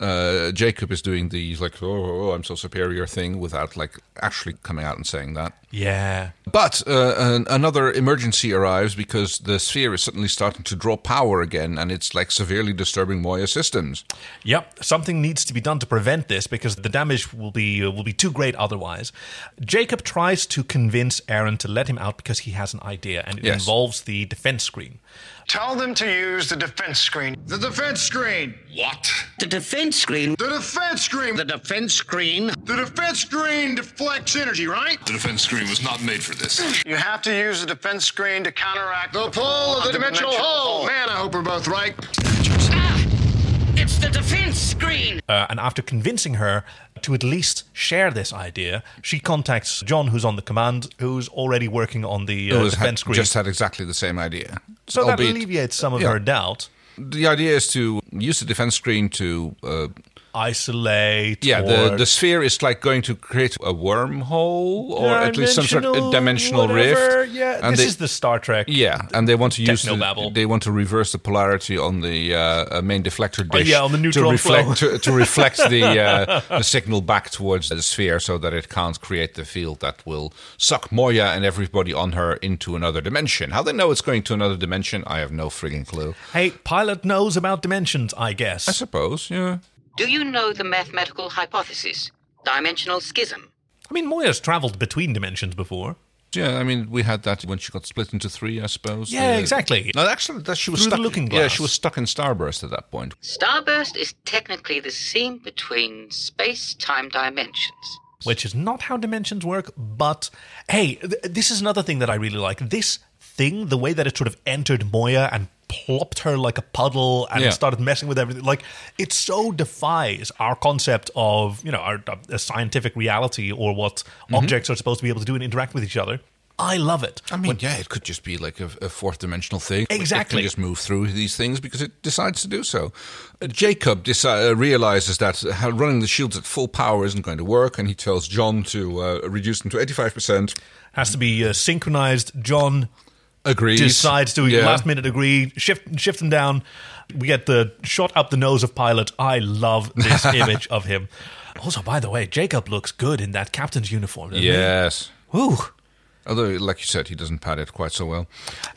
Speaker 1: uh, Jacob is doing the like, oh, oh, oh, I'm so superior thing without like actually coming out and saying that.
Speaker 2: Yeah.
Speaker 1: But uh, an, another emergency arrives because the sphere is suddenly starting to draw power again and it's like severely disturbing Moya systems.
Speaker 2: Yep. Something needs to be done to prevent this because the damage will be uh, will be too great otherwise. Jacob tries to convince Aaron to let him out because he has an idea, and it
Speaker 1: Yes.
Speaker 2: involves the defense screen.
Speaker 5: Tell them to use the defense screen.
Speaker 7: The defense screen.
Speaker 6: What?
Speaker 8: The defense
Speaker 7: defense screen.
Speaker 6: The defense screen.
Speaker 7: The defense screen.
Speaker 6: The defense screen deflects energy, right? The defense screen was not made for this.
Speaker 5: You have to use the defense screen to counteract
Speaker 6: The pull of the dimensional hole. Man, I hope we're both right.
Speaker 4: Ah! It's the defense screen!
Speaker 2: Uh, and after convincing her to at least share this idea, she contacts John, who's on the command, who's already working on the uh,
Speaker 1: Who has had-
Speaker 2: defense screen.
Speaker 1: just had exactly the same idea.
Speaker 2: so that
Speaker 1: Albeit-
Speaker 2: alleviates some of
Speaker 1: yeah.
Speaker 2: her doubt.
Speaker 1: The idea is to use the defense screen to. Uh,
Speaker 2: Isolate.
Speaker 1: yeah,
Speaker 2: or-
Speaker 1: the, the sphere is like going to create a wormhole or at least some sort of dimensional
Speaker 2: whatever,
Speaker 1: rift.
Speaker 2: Yeah,
Speaker 1: and
Speaker 2: this
Speaker 1: they-
Speaker 2: is the Star Trek.
Speaker 1: Yeah, and they want to use the,
Speaker 2: Technobabble.
Speaker 1: they want to reverse the polarity on the uh, uh, main deflector dish.
Speaker 2: Oh, yeah, on the
Speaker 1: to
Speaker 2: neutron
Speaker 1: reflect
Speaker 2: flow.
Speaker 1: to, to reflect
Speaker 2: [laughs]
Speaker 1: the, uh, the signal back towards the sphere, so that it can't create the field that will suck Moya and everybody on her into another dimension. How they know it's going to another dimension, I have no frigging clue.
Speaker 2: Hey, pilot knows about dimensions, I guess.
Speaker 1: I suppose, yeah.
Speaker 8: Do you know the mathematical hypothesis? Dimensional schism.
Speaker 2: I mean, Moya's traveled between dimensions before.
Speaker 1: Yeah, I mean, we had that when she got split into three, I suppose.
Speaker 2: Yeah,
Speaker 1: Uh,
Speaker 2: exactly.
Speaker 1: No, actually, that she was
Speaker 2: Through the
Speaker 1: stuck.
Speaker 2: looking
Speaker 1: Yeah,
Speaker 2: glass.
Speaker 1: she was stuck in Starburst at that point.
Speaker 8: Starburst is technically the seam between space time dimensions.
Speaker 2: which is not how dimensions work. But hey, th- this is another thing that I really like. This thing, the way that it sort of entered Moya and plopped her like a puddle and
Speaker 1: Yeah.
Speaker 2: started messing with everything, like it so defies our concept of you know our, uh, scientific reality or what objects are supposed to be able to do and interact with each other. I love it.
Speaker 1: I mean, yeah, it could just be like a, a fourth dimensional thing. It- It
Speaker 2: Exactly.
Speaker 1: can just move through these things because it decides to do so. Uh, Jacob deci- uh, realizes that uh, how running the shields at full power isn't going to work, and he tells John to uh, reduce them to 85%.
Speaker 2: Has to be uh, synchronized. John
Speaker 1: Agrees.
Speaker 2: decides to
Speaker 1: Yeah.
Speaker 2: last minute agree, shift shift him down. We get the shot up the nose of Pilot. I
Speaker 1: [laughs]
Speaker 2: love this image of him. Also, by the way, Jacob looks good in that captain's uniform. doesn't he?
Speaker 1: Yes.
Speaker 2: Ooh.
Speaker 1: Although, like you said, he doesn't pad it quite so well.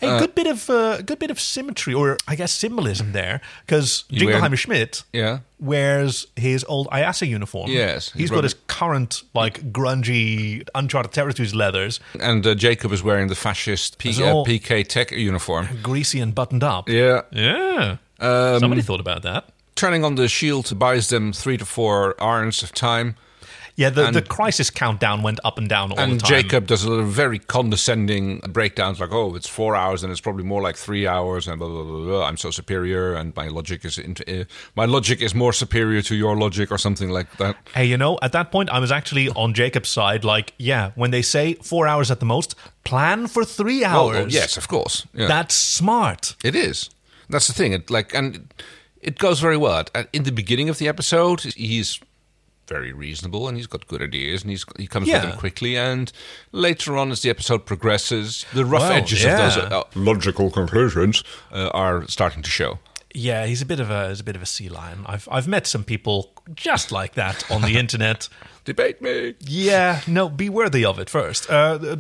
Speaker 2: A good bit of uh, good bit of symmetry, or I guess symbolism there, because
Speaker 1: You wear-
Speaker 2: Jingleheimer Schmidt
Speaker 1: Yeah.
Speaker 2: wears his old IASA uniform.
Speaker 1: Yes, he's
Speaker 2: he's
Speaker 1: rubbing-
Speaker 2: got his current like grungy Uncharted Territories leathers,
Speaker 1: And uh, Jacob is wearing the fascist P-
Speaker 2: It's
Speaker 1: uh,
Speaker 2: all-
Speaker 1: PK tech uniform.
Speaker 2: greasy and buttoned up.
Speaker 1: Yeah. Um,
Speaker 2: yeah. Somebody thought about that.
Speaker 1: Turning on the shield buys them three to four arns of time.
Speaker 2: Yeah, the,
Speaker 1: And-
Speaker 2: the crisis countdown went up and down all
Speaker 1: and
Speaker 2: the time.
Speaker 1: Jacob does a little very condescending breakdowns like, "Oh, it's four hours, and it's probably more like three hours," and blah blah blah. blah. I'm so superior, and my logic is int- uh, my logic is more superior to your logic, or something like that.
Speaker 2: Hey, you know, at that point, I was actually on Jacob's side. Like, yeah, when they say four hours at the most, plan for three
Speaker 1: Oh,
Speaker 2: hours.
Speaker 1: oh, yes, of course. Yeah.
Speaker 2: That's smart.
Speaker 1: It is. That's the thing. It like and it goes very well. At- at- In the beginning of the episode, he's very reasonable and he's got good ideas and he's he comes with
Speaker 2: Yeah.
Speaker 1: them quickly. And later on, as the episode progresses, the rough
Speaker 2: Well,
Speaker 1: edges
Speaker 2: yeah.
Speaker 1: of those uh, logical conclusions uh, are starting to show.
Speaker 2: Yeah, he's a bit of a he's a bit of a sea lion. I've I've met some people just like that on [laughs] the internet.
Speaker 1: Debate me.
Speaker 2: Yeah, no, be worthy of it first. Uh,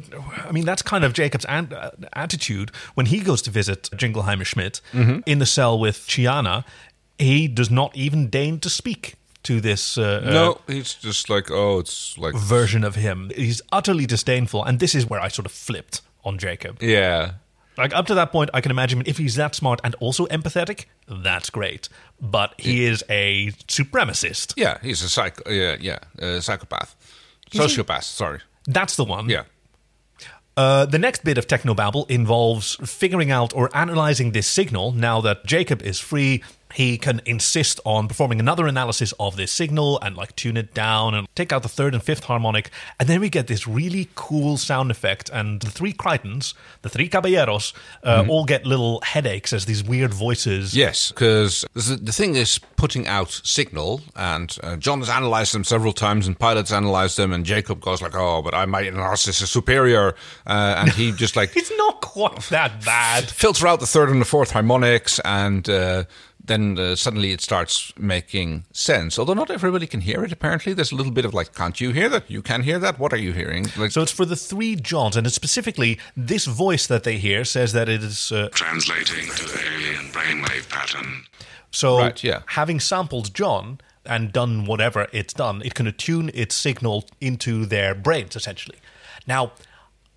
Speaker 2: I mean, that's kind of Jacob's an- uh, attitude when he goes to visit Jingleheimer Schmidt
Speaker 1: Mm-hmm.
Speaker 2: in the cell with Chiana. He does not even deign to speak to this uh, uh,
Speaker 1: No, he's just like, oh, it's like,
Speaker 2: version of him. He's utterly disdainful, and this is where I sort of flipped on Jacob.
Speaker 1: yeah,
Speaker 2: Like up to that point, I can imagine if he's that smart and also empathetic, that's great. But he is a supremacist.
Speaker 1: yeah, he's a psycho, yeah, yeah, a psychopath, sociopath. Sorry,
Speaker 2: That's the one.
Speaker 1: yeah.
Speaker 2: Uh, the next bit of technobabble involves figuring out or analyzing this signal. Now that Jacob is free, he can insist on performing another analysis of this signal and like tune it down and take out the third and fifth harmonic. And then we get this really cool sound effect. And the three Crichtons, the three Caballeros, uh, all get little headaches as these weird voices.
Speaker 1: Yes, because the the thing is putting out signal, and uh, John has analyzed them several times, and pilots analyzed them, and Jacob goes like, "Oh, but I my analysis is superior," uh, and he just
Speaker 2: [laughs]
Speaker 1: like
Speaker 2: It's not quite that bad.
Speaker 1: filter out the third and the fourth harmonics, and uh, then uh, suddenly it starts making sense. Although not everybody can hear it. Apparently, there's a little bit of like, "Can't you hear that? You can hear that. What are you hearing?" Like,
Speaker 2: So it's for the three Johns, and it's specifically this voice that they hear says that it is uh,
Speaker 6: Translating to the alien brainwave pattern.
Speaker 2: So,
Speaker 1: Right, yeah.
Speaker 2: having sampled John and done whatever it's done, it can attune its signal into
Speaker 1: Hmm.
Speaker 2: their brains, essentially. Now,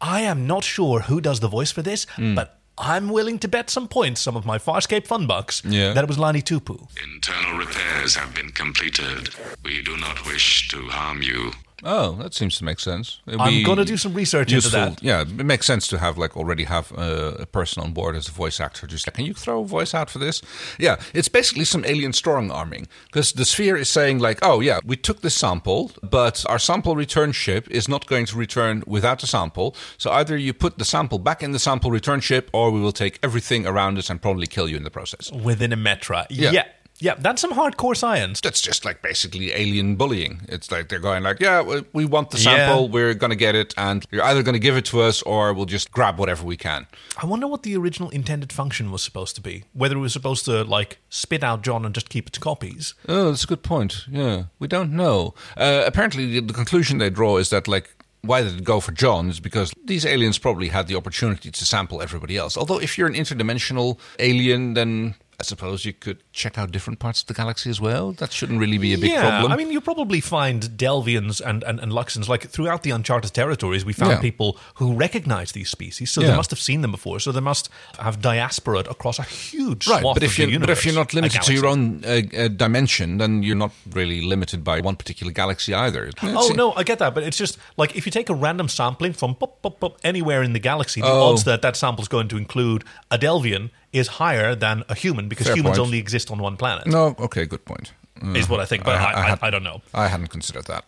Speaker 2: I am not sure who does the voice for this, but I'm willing to bet some points, some of my Farscape fun bucks,
Speaker 1: Yeah.
Speaker 2: that it was Lani Tupu.
Speaker 9: Internal repairs have been completed. We do not wish to harm you.
Speaker 1: Oh, that seems to make sense. It'd
Speaker 2: I'm
Speaker 1: be
Speaker 2: gonna do some research into that.
Speaker 1: Yeah, it makes sense to have like already have uh, a person on board as a voice actor. Just like, can you throw a voice out for this? Yeah, it's basically some alien strong arming because the sphere is saying like, oh yeah, we took the sample, but our sample return ship is not going to return without the sample. So either you put the sample back in the sample return ship, or we will take everything around us and probably kill you in the process.
Speaker 2: Within a metra.
Speaker 1: Yeah.
Speaker 2: yeah. Yeah, that's some hardcore science.
Speaker 1: that's just like basically alien bullying. It's like they're going like, yeah, we- we want the sample,
Speaker 2: Yeah.
Speaker 1: we're gonna get it, and you're either gonna give it to us or we'll just grab whatever we can.
Speaker 2: I wonder what the original intended function was supposed to be. Whether it was supposed to, like, spit out John and just keep its copies.
Speaker 1: Oh, that's a good point. Yeah, we don't know. Uh, apparently, the, the conclusion they draw is that like. Why did it go for John? Is because these aliens probably had the opportunity to sample everybody else. Although, if you're an interdimensional alien, then I suppose you could check out different parts of the galaxy as well. That shouldn't really be a big
Speaker 2: yeah,
Speaker 1: problem.
Speaker 2: I mean, you probably find Delvians and, and, and Luxons, like throughout the Uncharted territories, we found
Speaker 1: Yeah.
Speaker 2: people who recognize these species, so
Speaker 1: Yeah.
Speaker 2: they must have seen them before, so they must have diasporaed across a huge
Speaker 1: Right,
Speaker 2: swath
Speaker 1: but
Speaker 2: of
Speaker 1: if
Speaker 2: the
Speaker 1: you're
Speaker 2: universe.
Speaker 1: but if you're not
Speaker 2: a
Speaker 1: limited to your
Speaker 2: galaxy.
Speaker 1: own uh, uh, dimension, then you're not really limited by one particular galaxy either.
Speaker 2: Oh
Speaker 1: It's-
Speaker 2: no, I get that, but it's just like if you take a random sampling from pop, pop, pop, anywhere in the galaxy, the
Speaker 1: Oh.
Speaker 2: odds that that sample's going to include a Delvian is higher than a human because
Speaker 1: Fair
Speaker 2: humans
Speaker 1: point.
Speaker 2: only exist on one planet.
Speaker 1: no, okay, good point. Mm,
Speaker 2: Is what I think, but I, I, I, don't know.
Speaker 1: I hadn't considered that.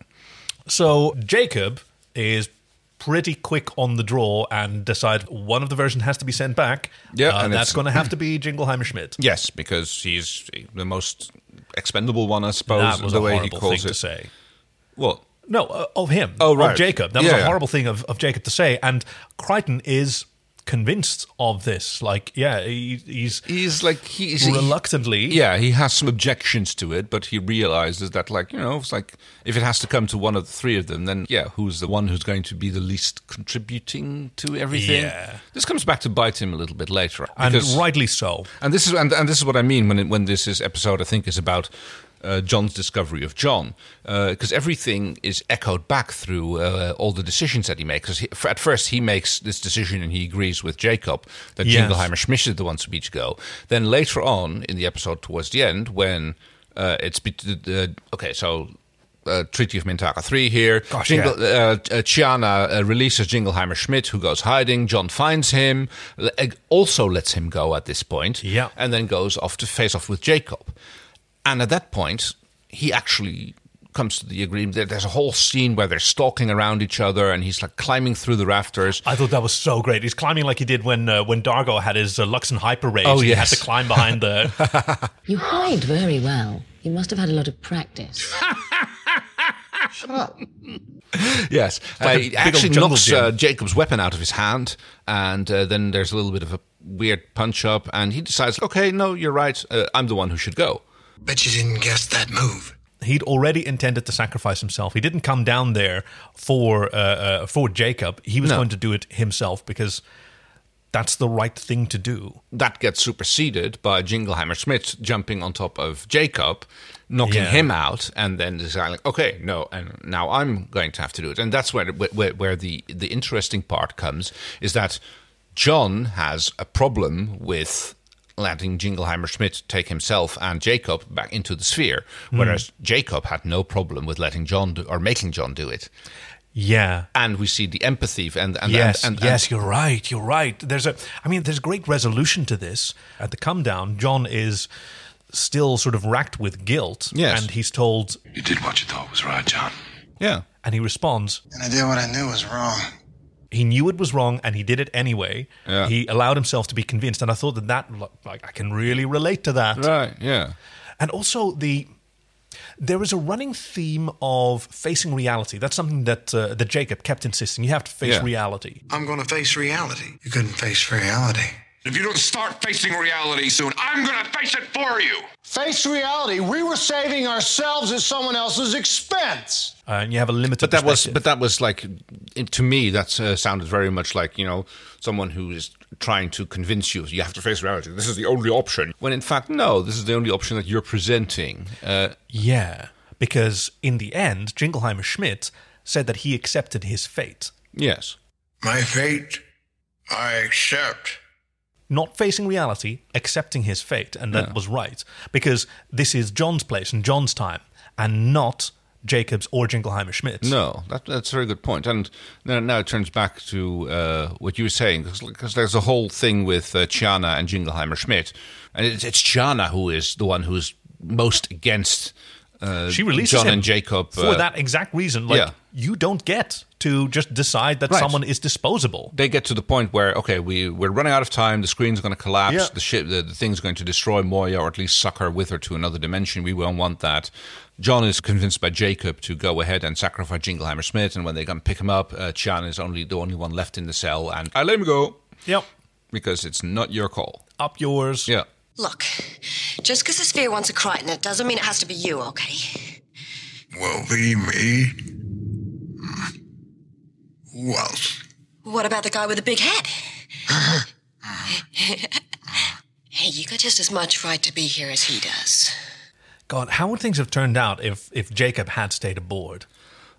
Speaker 2: So Jacob is pretty quick on the draw and decides one of the version has to be sent back.
Speaker 1: Yeah,
Speaker 2: uh,
Speaker 1: and
Speaker 2: that's
Speaker 1: it's-
Speaker 2: going to have to be Jingleheimer Schmidt.
Speaker 1: Yes, because he's the most expendable one, I suppose.
Speaker 2: That was
Speaker 1: the
Speaker 2: a
Speaker 1: way he
Speaker 2: horrible
Speaker 1: calls
Speaker 2: thing
Speaker 1: it.
Speaker 2: to say.
Speaker 1: Well,
Speaker 2: No, uh, of him.
Speaker 1: Oh,
Speaker 2: Of
Speaker 1: right.
Speaker 2: Jacob. That
Speaker 1: Yeah,
Speaker 2: was a
Speaker 1: yeah.
Speaker 2: horrible thing of, of Jacob to say. And Crichton is convinced of this. Like, yeah, he, he's
Speaker 1: he's like he's
Speaker 2: reluctantly.
Speaker 1: Yeah, he has some objections to it, but he realizes that, like, you know, it's like if it has to come to one of the three of them, then yeah, who's the one who's going to be the least contributing to everything?
Speaker 2: Yeah.
Speaker 1: This comes back to bite him a little bit later.
Speaker 2: And
Speaker 1: because-
Speaker 2: rightly so.
Speaker 1: And this is and, and this is what I mean when it, when this is episode I think is about uh, John's discovery of John because everything is echoed back through uh, all the decisions that he makes. 'Cause he- f- at first he makes this decision and he agrees with Jacob that
Speaker 2: Yes.
Speaker 1: Jingleheimer Schmidt is the one to beat go. Then later on in the episode towards the end when uh, it's be- the, the- okay so. Uh, Treaty of Mintaka 3 here.
Speaker 2: Gosh,
Speaker 1: Jingle,
Speaker 2: yeah.
Speaker 1: uh, uh, Chiana uh, releases Jingleheimer Schmidt, who goes hiding. John finds him, le- uh, also lets him go at this point,
Speaker 2: Yeah.
Speaker 1: and then goes off to face off with Jacob. And at that point, he actually comes to the agreement. There- There's a whole scene where they're stalking around each other, and he's like climbing through the rafters.
Speaker 2: I thought that was so great. He's climbing like he did when uh, when Dargo had his uh, Luxon hyper rage.
Speaker 1: Oh,
Speaker 2: he
Speaker 1: yes.
Speaker 2: had to climb
Speaker 1: [laughs]
Speaker 2: behind the
Speaker 4: You hide very well. You must have had a lot of practice.
Speaker 1: Yes, uh, he
Speaker 2: big old
Speaker 1: actually
Speaker 2: jungle
Speaker 1: knocks
Speaker 2: gym.
Speaker 1: uh, Jacob's weapon out of his hand, and uh, then there's a little bit of a weird punch up, and he decides, okay, no, you're right. Uh, I'm the one who should go.
Speaker 5: Bet you didn't guess that move.
Speaker 2: he'd already intended to sacrifice himself. He didn't come down there for uh, uh, for Jacob. He was
Speaker 1: No.
Speaker 2: going to do it himself because that's the right thing to do.
Speaker 1: that gets superseded by Jingleheimer Schmidt jumping on top of Jacob, knocking
Speaker 2: Yeah.
Speaker 1: him out, and then deciding, like, okay, no, and now I'm going to have to do it. And that's where where, where the the interesting part comes is that John has a problem with letting Jingleheimer Schmidt take himself and Jacob back into the sphere,
Speaker 2: Hmm.
Speaker 1: whereas Jacob had no problem with letting John do, or making John do it.
Speaker 2: Yeah.
Speaker 1: And we see the empathy and and
Speaker 2: yes.
Speaker 1: and, and,
Speaker 2: yes. you're right. You're right. There's a. I mean, there's great resolution to this. At the come down, John is still sort of racked with guilt.
Speaker 1: Yes.
Speaker 2: And he's told,
Speaker 9: You did what you thought was right, John.
Speaker 1: yeah.
Speaker 2: and he responds.
Speaker 5: And I did what I knew was wrong.
Speaker 2: He knew it was wrong, and he did it anyway. He allowed himself to be convinced, and I thought that that like I can really relate to that.
Speaker 1: Right, yeah.
Speaker 2: and also the there is a running theme of facing reality. That's something that uh, that Jacob kept insisting. You have to face
Speaker 1: Yeah.
Speaker 2: reality.
Speaker 5: I'm gonna face reality. You couldn't face reality.
Speaker 6: If you don't start facing reality soon, I'm gonna face it for you.
Speaker 10: Face reality, we were saving ourselves at someone else's expense.
Speaker 2: Uh, and you have a limited.
Speaker 1: But that was,
Speaker 2: perspective.
Speaker 1: but that was like, it, to me, that uh, sounded very much like you know someone who is trying to convince you you have to face reality. This is the only option. When in fact, no, this is the only option that you're presenting. Uh,
Speaker 2: yeah, because in the end, Jingleheimer Schmidt said that he accepted his fate.
Speaker 1: yes,
Speaker 6: My fate, I accept.
Speaker 2: not facing reality, accepting his fate, and that was right because this is John's place and John's time, and not Jacobs or Jingleheimer Schmidt's.
Speaker 1: No, that, that's a very good point. And now, now it turns back to uh, what you were saying, because there's a whole thing with uh, Chiana and Jingleheimer Schmidt. And it's, it's Chiana who is the one who's most against uh,
Speaker 2: she releases
Speaker 1: John
Speaker 2: him
Speaker 1: and Jacob.
Speaker 2: for
Speaker 1: uh,
Speaker 2: that exact reason. Like
Speaker 1: yeah.
Speaker 2: you don't get to just decide that
Speaker 1: Right.
Speaker 2: someone is disposable.
Speaker 1: They get to the point where, okay, we, we're running out of time, the screen's going to collapse,
Speaker 2: Yeah.
Speaker 1: the, ship, the, the thing's going to destroy Moya or at least suck her with her to another dimension. We won't want that. John is convinced by Jacob to go ahead and sacrifice Jingleheimer Schmidt, and when they come pick him up, uh, Chiana is only the only one left in the cell, and I let him go.
Speaker 2: Yep.
Speaker 1: because it's not your call.
Speaker 2: Up yours.
Speaker 1: Yeah.
Speaker 11: Look, just because the sphere wants a Crichton, it doesn't mean it has to be you, okay?
Speaker 6: Will be me? Hmm. Who else?
Speaker 11: What about the guy with the big head? [laughs] hey, you got just as much right to be here as he does.
Speaker 2: God, how would things have turned out if if Jacob had stayed aboard?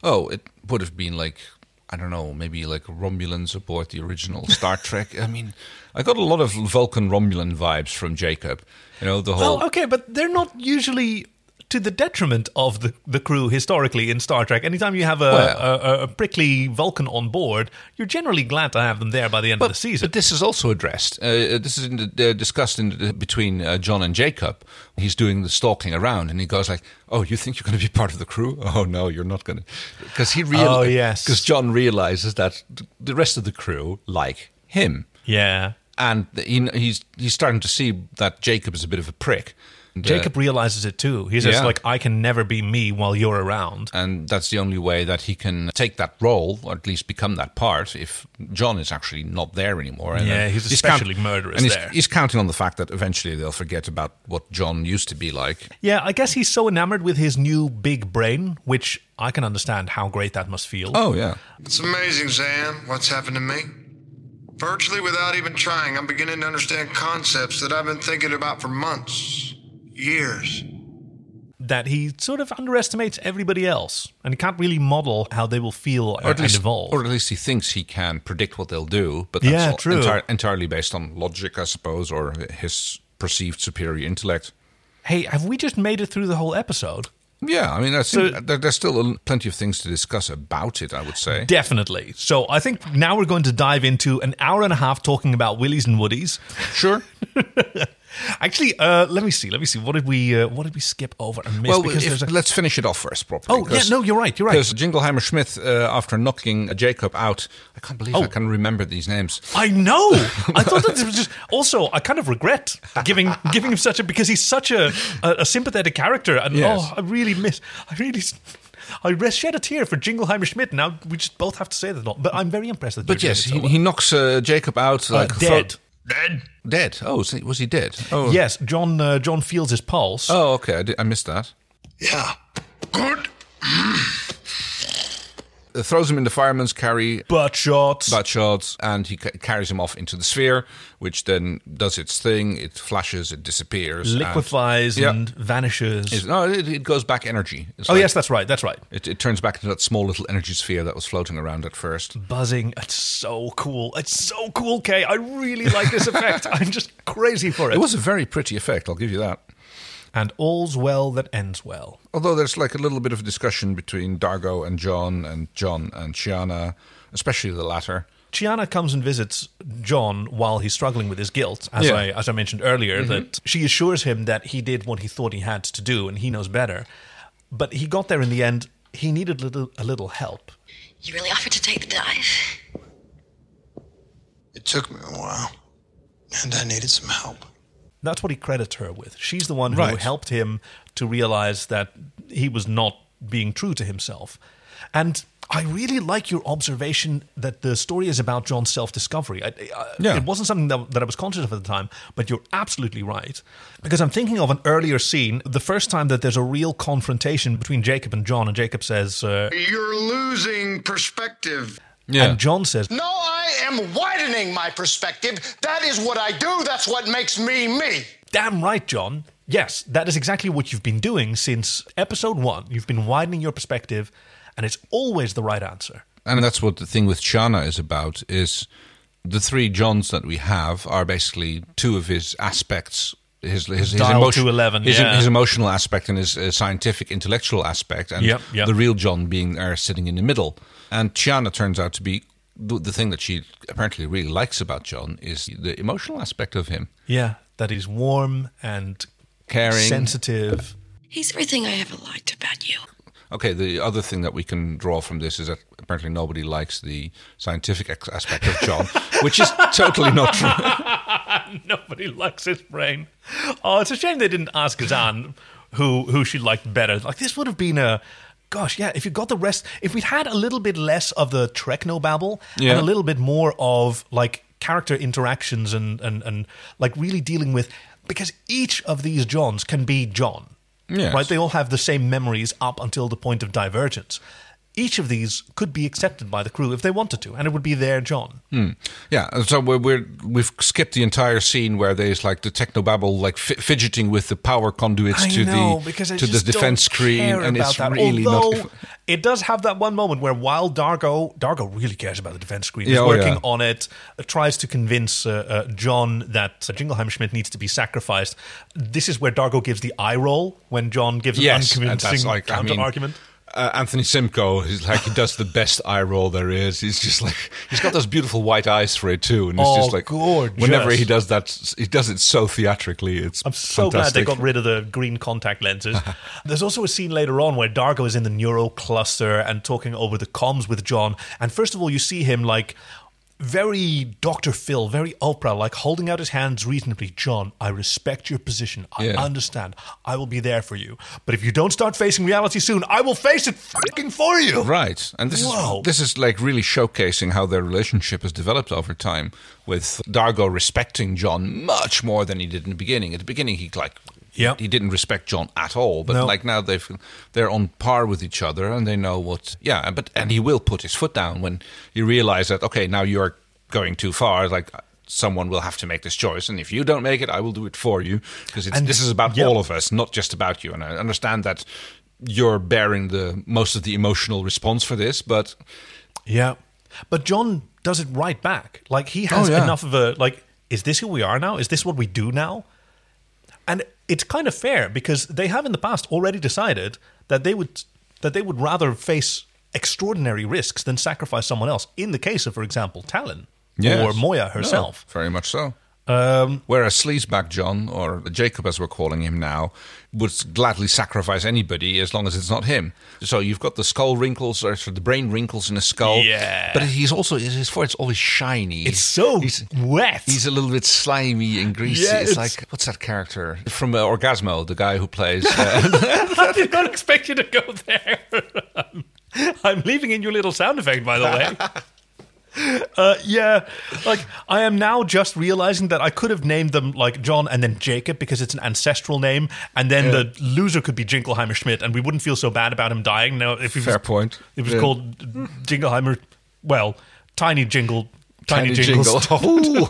Speaker 1: Oh, it would have been like I don't know, maybe like Romulans aboard the original [laughs] Star Trek. I mean, I got a lot of Vulcan Romulan vibes from Jacob. You know, the whole
Speaker 2: Well, okay, but they're not usually to the detriment of the, the crew historically in Star Trek. Anytime you have a,
Speaker 1: Well-
Speaker 2: a, a, a prickly Vulcan on board, you're generally glad to have them there by the end of the season.
Speaker 1: But this is also addressed. Uh, this is in the, uh, discussed in the, between uh, John and Jacob. He's doing the stalking around, and he goes like, "Oh, you think you're going to be [laughs] part of the crew? Oh no, you're not going to." Because he real-
Speaker 2: Oh, yes.
Speaker 1: Because John realizes that th- the rest of the crew like him.
Speaker 2: yeah.
Speaker 1: and he, he's he's starting to see that Jacob is a bit of a prick. And, uh,
Speaker 2: Jacob realizes it too. He's just
Speaker 1: Yeah.
Speaker 2: like, I can never be me while you're around.
Speaker 1: and that's the only way that he can take that role, or at least become that part, if John is actually not there anymore. And
Speaker 2: Yeah,
Speaker 1: uh,
Speaker 2: he's especially murderous
Speaker 1: And he's,
Speaker 2: there.
Speaker 1: he's counting on the fact that eventually they'll forget about what John used to be like.
Speaker 2: Yeah, I guess he's so enamored with his new big brain, which I can understand how great that must feel.
Speaker 1: Oh yeah,
Speaker 6: It's amazing, Zan, what's happened to me. Virtually without even trying, I'm beginning to understand concepts that I've been thinking about for months, years.
Speaker 2: That he sort of underestimates everybody else and can't really model how they will feel or and evolve.
Speaker 1: or at least he thinks he can predict what they'll do. But that's
Speaker 2: Yeah,
Speaker 1: all
Speaker 2: true.
Speaker 1: entir- entirely based on logic, I suppose, or his perceived superior intellect.
Speaker 2: hey, have we just made it through the whole episode?
Speaker 1: Yeah, I mean, I think
Speaker 2: So-
Speaker 1: there, there's still a- plenty of things to discuss about it. I would say.
Speaker 2: Definitely. So I think now we're going to dive into an hour and a half talking about Willies and Woodies. [laughs]
Speaker 1: Sure.
Speaker 2: Actually, uh, let me see. Let me see. What did we uh, What did we skip over and miss?
Speaker 1: Well,
Speaker 2: because
Speaker 1: if-
Speaker 2: there's a
Speaker 1: let's finish it off first properly.
Speaker 2: Oh, yeah, no, you're right, you're right.
Speaker 1: Because Jingleheimer Schmidt, uh, after knocking Jacob out, I can't
Speaker 2: Oh.
Speaker 1: believe I can remember these names.
Speaker 2: I
Speaker 1: [laughs]
Speaker 2: know. I thought that this was just. Also, I kind of regret giving giving him such a because he's such a a, a sympathetic character, and
Speaker 1: Yes.
Speaker 2: oh, I really miss. I really. s- I re- shed a tear for Jingleheimer Schmidt. Now we just both have to say that, a lot, but I'm very impressed that.
Speaker 1: But
Speaker 2: you're
Speaker 1: yes,
Speaker 2: doing
Speaker 1: he,
Speaker 2: it so
Speaker 1: he knocks uh, Jacob out
Speaker 2: well.
Speaker 1: like
Speaker 2: Uh,
Speaker 1: throw-
Speaker 2: dead.
Speaker 6: Dead?
Speaker 1: dead. Oh, so was he dead? Oh,
Speaker 2: Yes, John uh, John feels his pulse.
Speaker 1: Oh, okay. I, did, I missed that.
Speaker 6: Yeah. Good.
Speaker 1: Uh, throws him in the fireman's carry.
Speaker 2: butt shots.
Speaker 1: Butt shots, and he ca- carries him off into the sphere, which then does its thing. It flashes, it disappears, and-
Speaker 2: liquefies
Speaker 1: Yeah.
Speaker 2: and vanishes.
Speaker 1: It's- no, it, it goes back energy. It's
Speaker 2: oh
Speaker 1: like-
Speaker 2: yes, that's right. That's right.
Speaker 1: It, it turns back into that small little energy sphere that was floating around at first.
Speaker 2: Buzzing. It's so cool. It's so cool, Kay. I really like
Speaker 1: [laughs]
Speaker 2: this effect. I'm just crazy for it.
Speaker 1: It was a very pretty effect, I'll give you that.
Speaker 2: and all's well that ends well.
Speaker 1: Although there's like a little bit of discussion between Dargo and John and John and Chiana, especially the latter.
Speaker 2: Chiana comes and visits John while he's struggling with his guilt, as
Speaker 1: Yeah.
Speaker 2: I as I mentioned earlier. That she assures him that he did what he thought he had to do, and he knows better. But he got there in the end. He needed a little, a little help.
Speaker 11: You really offered to take the dive?
Speaker 5: It took me a while, and I needed some help.
Speaker 2: That's what he credits her with. She's the one who
Speaker 1: Right.
Speaker 2: helped him to realize that he was not being true to himself. And I really like your observation that the story is about John's self discovery. I, I,
Speaker 1: Yeah.
Speaker 2: It wasn't something that, that I was conscious of at the time, but you're absolutely right. Because I'm thinking of an earlier scene, the first time that there's a real confrontation between Jacob and John, and Jacob says, uh,
Speaker 6: You're losing perspective.
Speaker 1: Yeah.
Speaker 2: and John says,
Speaker 10: No, I am widening my perspective. That is what I do. That's what makes me me.
Speaker 2: Damn right, John. Yes, that is exactly what you've been doing since episode one. You've been widening your perspective, and it's always the right answer.
Speaker 1: and that's what the thing with Chiana is about is the three Johns that we have are basically two of his aspects. His his, his,
Speaker 2: Dial
Speaker 1: emotion-
Speaker 2: 211,
Speaker 1: his,
Speaker 2: yeah.
Speaker 1: his emotional aspect and his uh, scientific intellectual aspect, and
Speaker 2: Yep, yep.
Speaker 1: the real John being there sitting in the middle. And Tiana turns out to be the, the thing that she apparently really likes about John is the emotional aspect of him,
Speaker 2: Yeah, that he's warm and
Speaker 1: caring,
Speaker 2: sensitive.
Speaker 11: He's everything I ever liked about you.
Speaker 1: Okay, the other thing that we can draw from this is that apparently nobody likes the scientific ex- aspect of
Speaker 2: [laughs]
Speaker 1: John, which is totally not true.
Speaker 2: Nobody likes his brain. Oh, it's a shame they didn't ask Zan who who she liked better. Like this would have been a gosh, yeah, if you got the rest if we'd had a little bit less of the Trekno babble
Speaker 1: Yeah.
Speaker 2: and a little bit more of like character interactions and, and, and like really dealing with because each of these Johns can be John.
Speaker 1: Yes.
Speaker 2: Right? They all have the same memories up until the point of divergence. Each of these could be accepted by the crew if they wanted to, and it would be their John.
Speaker 1: Yeah, and so we're, we're we've skipped the entire scene where there's like the technobabble like fi fidgeting with the power conduits
Speaker 2: I
Speaker 1: to
Speaker 2: know,
Speaker 1: the
Speaker 2: because I
Speaker 1: to the
Speaker 2: just
Speaker 1: defense
Speaker 2: don't
Speaker 1: screen,
Speaker 2: care
Speaker 1: and
Speaker 2: about
Speaker 1: it's
Speaker 2: that.
Speaker 1: really
Speaker 2: Although,
Speaker 1: not.
Speaker 2: It does have that one moment where while Dargo, Dargo really cares about the defense screen,
Speaker 1: Yeah,
Speaker 2: is
Speaker 1: oh,
Speaker 2: working
Speaker 1: yeah.
Speaker 2: on it, uh, tries to convince uh, uh, John that uh, Jingleheim Schmidt needs to be sacrificed. This is where Dargo gives the eye roll when John gives an
Speaker 1: Yes, and that's
Speaker 2: unconvincing
Speaker 1: like I
Speaker 2: counter
Speaker 1: mean,
Speaker 2: argument.
Speaker 1: Uh, Anthony Simcoe is like he does the best eye roll there is. He's just like he's got those beautiful white eyes for it too, and it's
Speaker 2: Oh,
Speaker 1: just like
Speaker 2: gorgeous.
Speaker 1: whenever he does that, he does it so theatrically. It's
Speaker 2: I'm so
Speaker 1: fantastic.
Speaker 2: glad they got rid of the green
Speaker 1: [laughs]
Speaker 2: contact lenses. There's also a scene later on where Dargo is in the neuro cluster and talking over the comms with John. And first of all, you see him like very Dr. Phil, very Oprah, like holding out his hands reasonably. John, I respect your position. I
Speaker 1: Yeah.
Speaker 2: understand. I will be there for you. But if you don't start facing reality soon, I will face it freaking for you.
Speaker 1: Right, and this
Speaker 2: Whoa.
Speaker 1: is this is like really showcasing how their relationship has developed over time. With Dargo respecting John much more than he did in the beginning. At the beginning, he like
Speaker 2: Yep.
Speaker 1: he didn't respect John at all. But
Speaker 2: No.
Speaker 1: like now they've they're on par with each other, and they know what. Yeah, but and he will put his foot down when he realizes that okay, now you're going too far. Like someone will have to make this choice, and if you don't make it, I will do it for you because
Speaker 2: And-
Speaker 1: this is about
Speaker 2: yeah.
Speaker 1: all of us, not just about you. And I understand that you're bearing the most of the emotional response for this, but
Speaker 2: Yeah. But John does it right back. Like he has
Speaker 1: Oh, yeah.
Speaker 2: enough of a like is this who we are now? Is this what we do now? And it's kind of fair because they have in the past already decided that they would that they would rather face extraordinary risks than sacrifice someone else in the case of for example Talon
Speaker 1: Yes.
Speaker 2: or Moya
Speaker 1: No,
Speaker 2: herself.
Speaker 1: very much so. Whereas sleazebag John, or Jacob as we're calling him now, would gladly sacrifice anybody as long as it's not him. So you've got the skull wrinkles, or sort of the brain wrinkles in the skull.
Speaker 2: Yeah.
Speaker 1: But he's also, his his forehead's always shiny.
Speaker 2: It's so
Speaker 1: He's,
Speaker 2: wet.
Speaker 1: he's a little bit slimy and greasy.
Speaker 2: Yeah,
Speaker 1: it's,
Speaker 2: it's-
Speaker 1: like, what's that character? From uh, Orgasmo, the guy who plays. Uh, [laughs]
Speaker 2: I did [laughs] not expect you to go there. [laughs] I'm leaving in your little sound effect, by the
Speaker 1: [laughs]
Speaker 2: way. Uh, yeah, like I am now just realizing that I could have named them like John and then Jacob because it's an ancestral name, and then the loser could be Jingleheimer Schmidt, and we wouldn't feel so bad about him dying. Now, if he was,
Speaker 1: Fair point.
Speaker 2: it was
Speaker 1: Yeah.
Speaker 2: called Jingleheimer. Well, Tiny Jingle, Tiny,
Speaker 1: Tiny
Speaker 2: Jingle, [laughs]
Speaker 1: Jingle.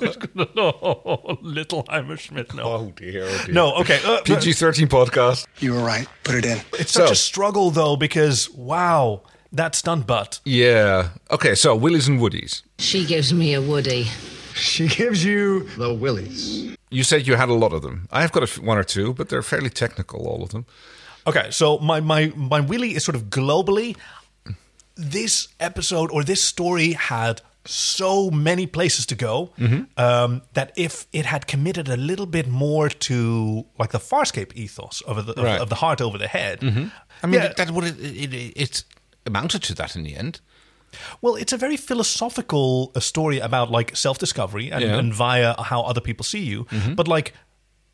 Speaker 2: oh, Little Heimer Schmidt. No,
Speaker 1: dear, oh dear.
Speaker 2: no, okay. uh,
Speaker 1: PG 13 podcast.
Speaker 5: You were right. Put it in.
Speaker 2: It's such
Speaker 1: So-
Speaker 2: a struggle though because wow, that stunt butt.
Speaker 1: Yeah. Okay, so Willies and Woodies.
Speaker 4: She gives me a Woody.
Speaker 5: She gives you the willies.
Speaker 1: You said you had a lot of them. I've got a f one or two, but they're fairly technical, all of them.
Speaker 2: Okay, so my my my willy is sort of globally. This episode or this story had so many places to go
Speaker 1: Mm-hmm.
Speaker 2: um, that if it had committed a little bit more to like the Farscape ethos of the of,
Speaker 1: Right. Mm-hmm.
Speaker 2: of the heart over the head,
Speaker 1: I mean,
Speaker 2: Yeah.
Speaker 1: that that would it, it, it amounted to that in the end.
Speaker 2: Well, it's a very philosophical uh, story about like self discovery and,
Speaker 1: Yeah. Mm-hmm.
Speaker 2: and via how other people see you. But like,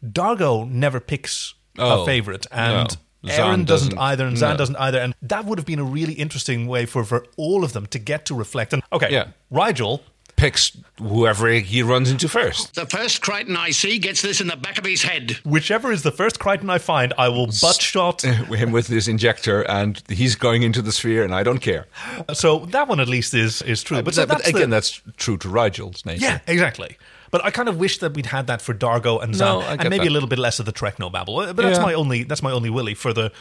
Speaker 2: Dargo never picks
Speaker 1: Oh,
Speaker 2: a favorite, and
Speaker 1: no.
Speaker 2: Aaron
Speaker 1: Zahn
Speaker 2: doesn't,
Speaker 1: doesn't.
Speaker 2: either, and Zan
Speaker 1: No.
Speaker 2: doesn't either. And that would have been a really interesting way for, for all of them to get to reflect. And okay,
Speaker 1: Yeah.
Speaker 2: Rigel.
Speaker 1: Picks whoever he runs into first.
Speaker 7: The first Crichton I see gets this in the back of his head.
Speaker 2: Whichever is the first Crichton I find, I will butt shot.
Speaker 1: [laughs] Him with his injector, and he's going into the sphere, and I don't care.
Speaker 2: so that one at least is is true.
Speaker 1: But,
Speaker 2: so
Speaker 1: that- Uh, but
Speaker 2: that's the-
Speaker 1: again, that's true to Rigel's nature.
Speaker 2: Yeah, exactly. But I kind of wish that we'd had that for Dargo and
Speaker 1: No,
Speaker 2: Zan,
Speaker 1: I
Speaker 2: and
Speaker 1: get
Speaker 2: maybe
Speaker 1: that.
Speaker 2: a little bit less of the Trekno babble. Uh, But that's
Speaker 1: Yeah.
Speaker 2: my only that's my only willy for the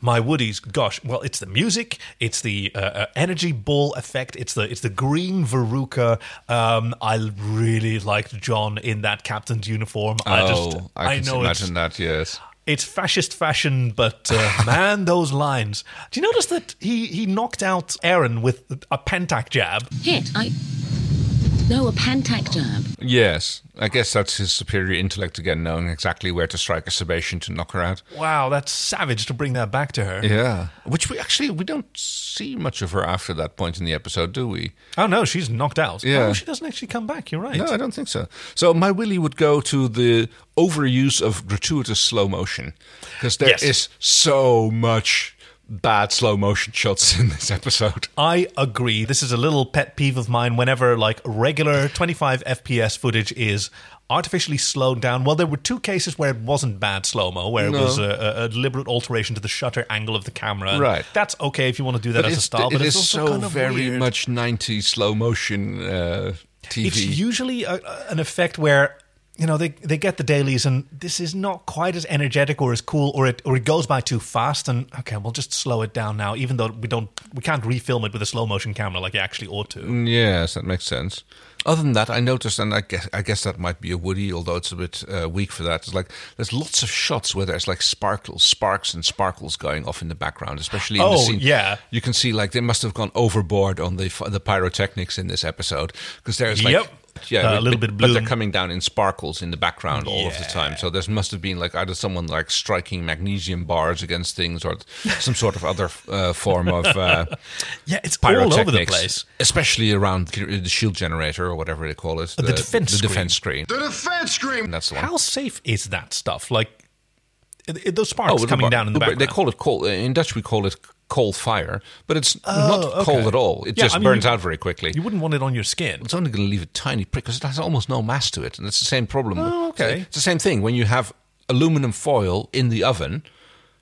Speaker 2: my Woody's. Gosh, well, it's the music, it's the uh, uh, energy ball effect, it's the it's the green Veruca. Um, I really liked John in that captain's uniform. I just
Speaker 1: oh,
Speaker 2: I,
Speaker 1: I can
Speaker 2: know it's
Speaker 1: imagine that. Yes.
Speaker 2: it's fascist fashion, but
Speaker 1: [laughs]
Speaker 2: uh, man, those lines. Do you notice that he, he knocked out Aaron with a pentac jab?
Speaker 12: Hit. I. No, a pantac jab.
Speaker 1: Yes, I guess that's his superior intellect again, knowing exactly where to strike a sebation to knock her out.
Speaker 2: Wow, that's savage to bring that back to her.
Speaker 1: Yeah, which we actually we don't see much of her after that point in the episode, do we?
Speaker 2: Oh no, she's knocked out.
Speaker 1: Yeah.
Speaker 2: Oh, she doesn't actually come back. You're right.
Speaker 1: No, I don't think so. So my willy would go to the overuse of gratuitous slow motion because there is
Speaker 2: Yes.
Speaker 1: so much bad slow motion shots in this episode.
Speaker 2: I agree. This is a little pet peeve of mine whenever like regular 25 FPS footage is artificially slowed down. Well, there were two cases where it wasn't bad slow-mo, where
Speaker 1: No.
Speaker 2: it was a, a, a deliberate alteration to the shutter angle of the camera.
Speaker 1: Right.
Speaker 2: That's okay if you want to do that as a
Speaker 1: it's-
Speaker 2: style, but
Speaker 1: it
Speaker 2: it's
Speaker 1: is
Speaker 2: also
Speaker 1: so
Speaker 2: kind of
Speaker 1: very
Speaker 2: weird.
Speaker 1: much 90 slow motion uh, TV.
Speaker 2: It's usually a, a- an effect where you know they they get the dailies and this is not quite as energetic or as cool or it or it goes by too fast and okay we'll just slow it down now even though we don't we can't refilm it with a slow motion camera like you actually ought to.
Speaker 1: Mm, Yes, that makes sense. Other than that, I noticed, and I guess I guess that might be a Woody, although it's a bit uh, weak for that. It's like there's lots of shots where there's like sparkles, sparks, and sparkles going off in the background, especially in the
Speaker 2: Oh,
Speaker 1: scene.
Speaker 2: yeah.
Speaker 1: you can see like they must have gone overboard on the f- the pyrotechnics in this episode because there's like.
Speaker 2: Yep. Uh,
Speaker 1: but-
Speaker 2: a little bit
Speaker 1: but they're
Speaker 2: bloom.
Speaker 1: coming down in sparkles in the background all of the time. So there must have been like either someone like striking magnesium bars against things, or some sort of other uh, form of uh,
Speaker 2: Yeah, it's all over the
Speaker 1: pyrotechnics,
Speaker 2: place.
Speaker 1: especially around the shield generator or whatever they call it,
Speaker 2: The defense
Speaker 1: the
Speaker 2: screen.
Speaker 1: defense screen.
Speaker 6: The defense screen.
Speaker 1: That's the one.
Speaker 2: How safe is that stuff? Like it, it- those sparks
Speaker 1: Oh, the
Speaker 2: coming
Speaker 1: bar-
Speaker 2: down in the
Speaker 1: but
Speaker 2: background.
Speaker 1: They call it coal. In Dutch, we call it coal fire, but it's not
Speaker 2: Oh, okay.
Speaker 1: cold at all. It
Speaker 2: Yeah,
Speaker 1: just
Speaker 2: I mean,
Speaker 1: burns
Speaker 2: you-
Speaker 1: out very quickly.
Speaker 2: you wouldn't want it on your skin.
Speaker 1: it's only going to leave a tiny prick because it has almost no mass to it, and it's the same problem.
Speaker 2: Oh, okay.
Speaker 1: It's the same thing when you have aluminum foil in the oven.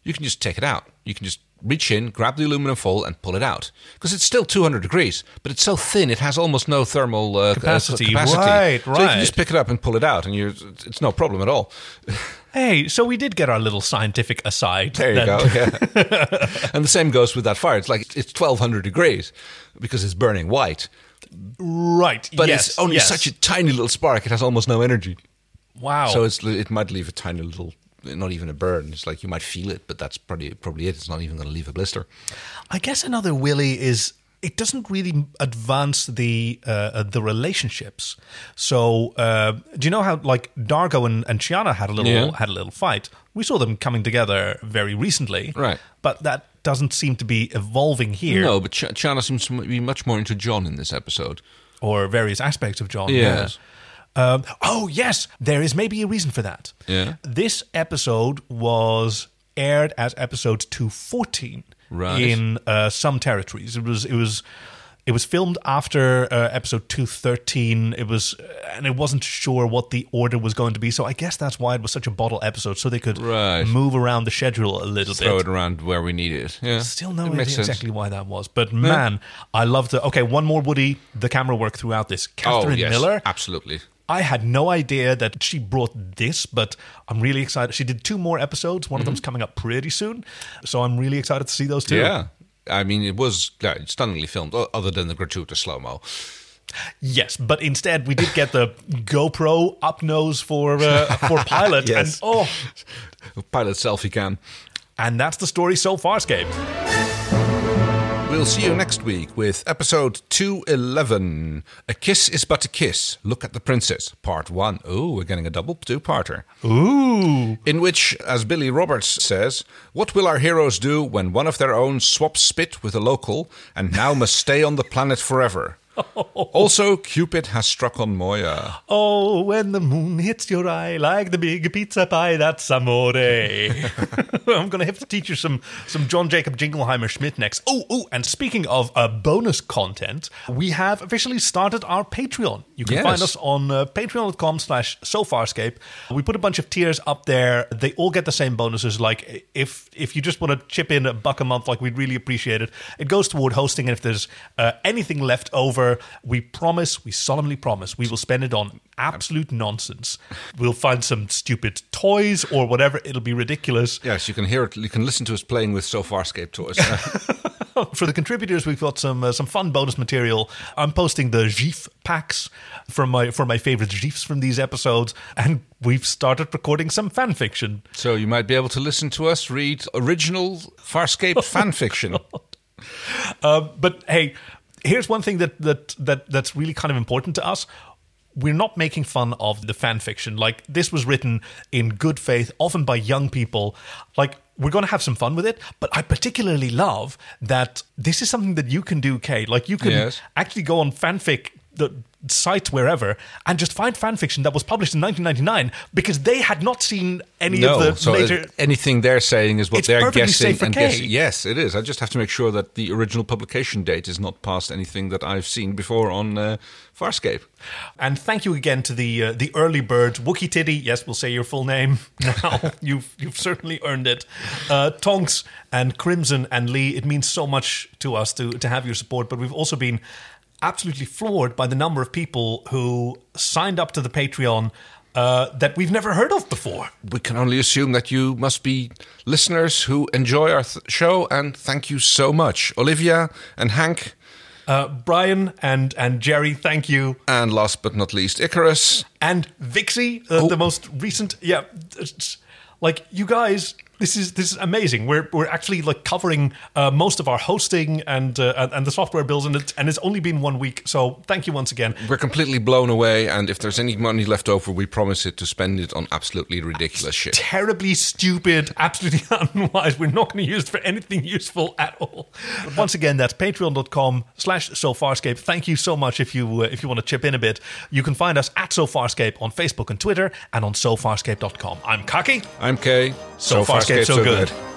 Speaker 1: You can just take it out. You can just reach in, grab the aluminum foil, and pull it out because it's still 200 degrees, but it's so thin it has almost no thermal uh,
Speaker 2: Capacity.
Speaker 1: Uh, capacity.
Speaker 2: Right,
Speaker 1: So you can
Speaker 2: right.
Speaker 1: just pick it up and pull it out, and you're it's no problem at all. [laughs]
Speaker 2: Hey, so we did get our little scientific aside.
Speaker 1: There you
Speaker 2: that- [laughs]
Speaker 1: go. Yeah. and the same goes with that fire. It's like it's 1200 degrees because it's burning white,
Speaker 2: Right.
Speaker 1: but
Speaker 2: yes,
Speaker 1: it's only
Speaker 2: yes.
Speaker 1: such a tiny little spark. It has almost no energy.
Speaker 2: wow.
Speaker 1: So it's it might leave a tiny little, not even a burn. It's like you might feel it, but that's probably probably it. It's not even going to leave a blister.
Speaker 2: I guess another Willy is it doesn't really advance the uh, uh, the relationships. So uh, do you know how like Dargo and, and Chiana had a little
Speaker 1: Yeah.
Speaker 2: had a little fight? We saw them coming together very recently,
Speaker 1: Right.
Speaker 2: But that doesn't seem to be evolving here,
Speaker 1: No, but Ch- Chana seems to be much more into John in this episode.
Speaker 2: or various aspects of John.
Speaker 1: Yes.
Speaker 2: yeah. Um, oh yes, there is maybe a reason for that.
Speaker 1: Yeah.
Speaker 2: This episode was aired as episode 214
Speaker 1: Right.
Speaker 2: in uh, some territories. It was it was it was filmed after uh, episode 213. It was uh, and it wasn't sure what the order was going to be. So I guess that's why it was such a bottle episode so they could
Speaker 1: Right.
Speaker 2: move around the schedule a little
Speaker 1: Throw
Speaker 2: bit.
Speaker 1: it around where we need it. Yeah,
Speaker 2: Still no
Speaker 1: it
Speaker 2: idea
Speaker 1: makes sense.
Speaker 2: exactly why that was, but man, I loved the. Okay, one more Woody. The camera work throughout this.
Speaker 1: Oh
Speaker 2: Catherine
Speaker 1: yes,
Speaker 2: Miller,
Speaker 1: absolutely.
Speaker 2: I had no idea that she brought this, but I'm really excited. She did two more episodes. One of them's coming up pretty soon, so I'm really excited to see those two.
Speaker 1: Mm-hmm. Yeah. I mean, it was yeah, stunningly filmed, o- other than the gratuitous slow mo.
Speaker 2: Yes, but instead we did get the GoPro up nose for uh, for
Speaker 1: [laughs]
Speaker 2: pilot,
Speaker 1: Yes.
Speaker 2: and oh,
Speaker 1: Pilot selfie cam.
Speaker 2: and that's the story so far, Scape.
Speaker 1: We'll see you next week with episode 211 A Kiss is But a Kiss. Look at the Princess, part one. Ooh, we're getting a double two parter.
Speaker 2: Ooh,
Speaker 1: In which, as Billy Roberts says, what will our heroes do when one of their own swaps spit with a local and now must stay on the planet
Speaker 2: [laughs]
Speaker 1: forever? Also, Cupid has struck on Moya.
Speaker 2: oh, when the moon hits your eye like the big pizza pie, that's amore. I'm gonna have to teach you some some John Jacob Jingleheimer Schmidt next. Oh, oh, and speaking of uh, bonus content, we have officially started our Patreon. You can
Speaker 1: Yes.
Speaker 2: find us on uh, patreon.com slash sofarscape. We put a bunch of tiers up there. They all get the same bonuses. Like if if you just want to chip in a buck a month, like we'd really appreciate it. It goes toward hosting. And if there's uh, anything left over over. We promise, we solemnly promise, we will spend it on absolute nonsense. We'll find some stupid toys or whatever. It'll be ridiculous.
Speaker 1: Yes, you can hear it. You can listen to us playing with so farscape
Speaker 2: [laughs]
Speaker 1: toys.
Speaker 2: for the contributors, we've got some uh, some fun bonus material. I'm posting the GIF packs from my for my favorite GIFs from these episodes, and we've started recording some fan fiction.
Speaker 1: So you might be able to listen to us read original
Speaker 2: [laughs]
Speaker 1: Farscape fan fiction.
Speaker 2: Uh, but hey, here's one thing that that that that's really kind of important to us. We're not making fun of the fan fiction. Like this was written in good faith, often by young people. Like we're going to have some fun with it. But I particularly love that this is something that you can do, Kay. Like you can
Speaker 1: Yes.
Speaker 2: actually go on fanfic the site wherever and just find fan fiction that was published in 1999 because they had not seen any of the
Speaker 1: so
Speaker 2: later.
Speaker 1: it- anything they're saying is what
Speaker 2: It's
Speaker 1: they're
Speaker 2: perfectly
Speaker 1: guessing
Speaker 2: safe for
Speaker 1: and
Speaker 2: Kay.
Speaker 1: guessing. Yes, it is. I just have to make sure that the original publication date is not past anything that I've seen before on uh, Farscape.
Speaker 2: And thank you again to the uh, the early bird Wookie Titty. Yes, we'll say your full name [laughs] now. you've you've certainly earned it. Uh, Tonks and Crimson and Lee. It means so much to us to to have your support. But we've also been absolutely floored by the number of people who signed up to the Patreon. Uh, that we've never heard of before.
Speaker 1: We can only assume that you must be listeners who enjoy our th- show, and thank you so much, Olivia and Hank.
Speaker 2: Uh, Brian and and Jerry, thank you.
Speaker 1: And last but not least, Icarus.
Speaker 2: and Vixie, uh, the most recent. Yeah, it's- like you guys, this is this is amazing. We're we're actually like covering uh, most of our hosting and uh, and- and the software bills, and it's and it's only been one week. So thank you once again.
Speaker 1: We're completely blown away, and if there's any money left over, we promise it to spend it on absolutely ridiculous shit.
Speaker 2: Terribly stupid, absolutely [laughs] unwise. We're not going to use it for anything useful at all. Once again, that's patreon.com slash sofarscape. Thank you so much if you uh, if you want to chip in a bit. You can find us at sofarscape on Facebook and Twitter and on sofarscape.com. I'm Kaki.
Speaker 1: I'm Kay.
Speaker 2: So, far, Farscape's so, good.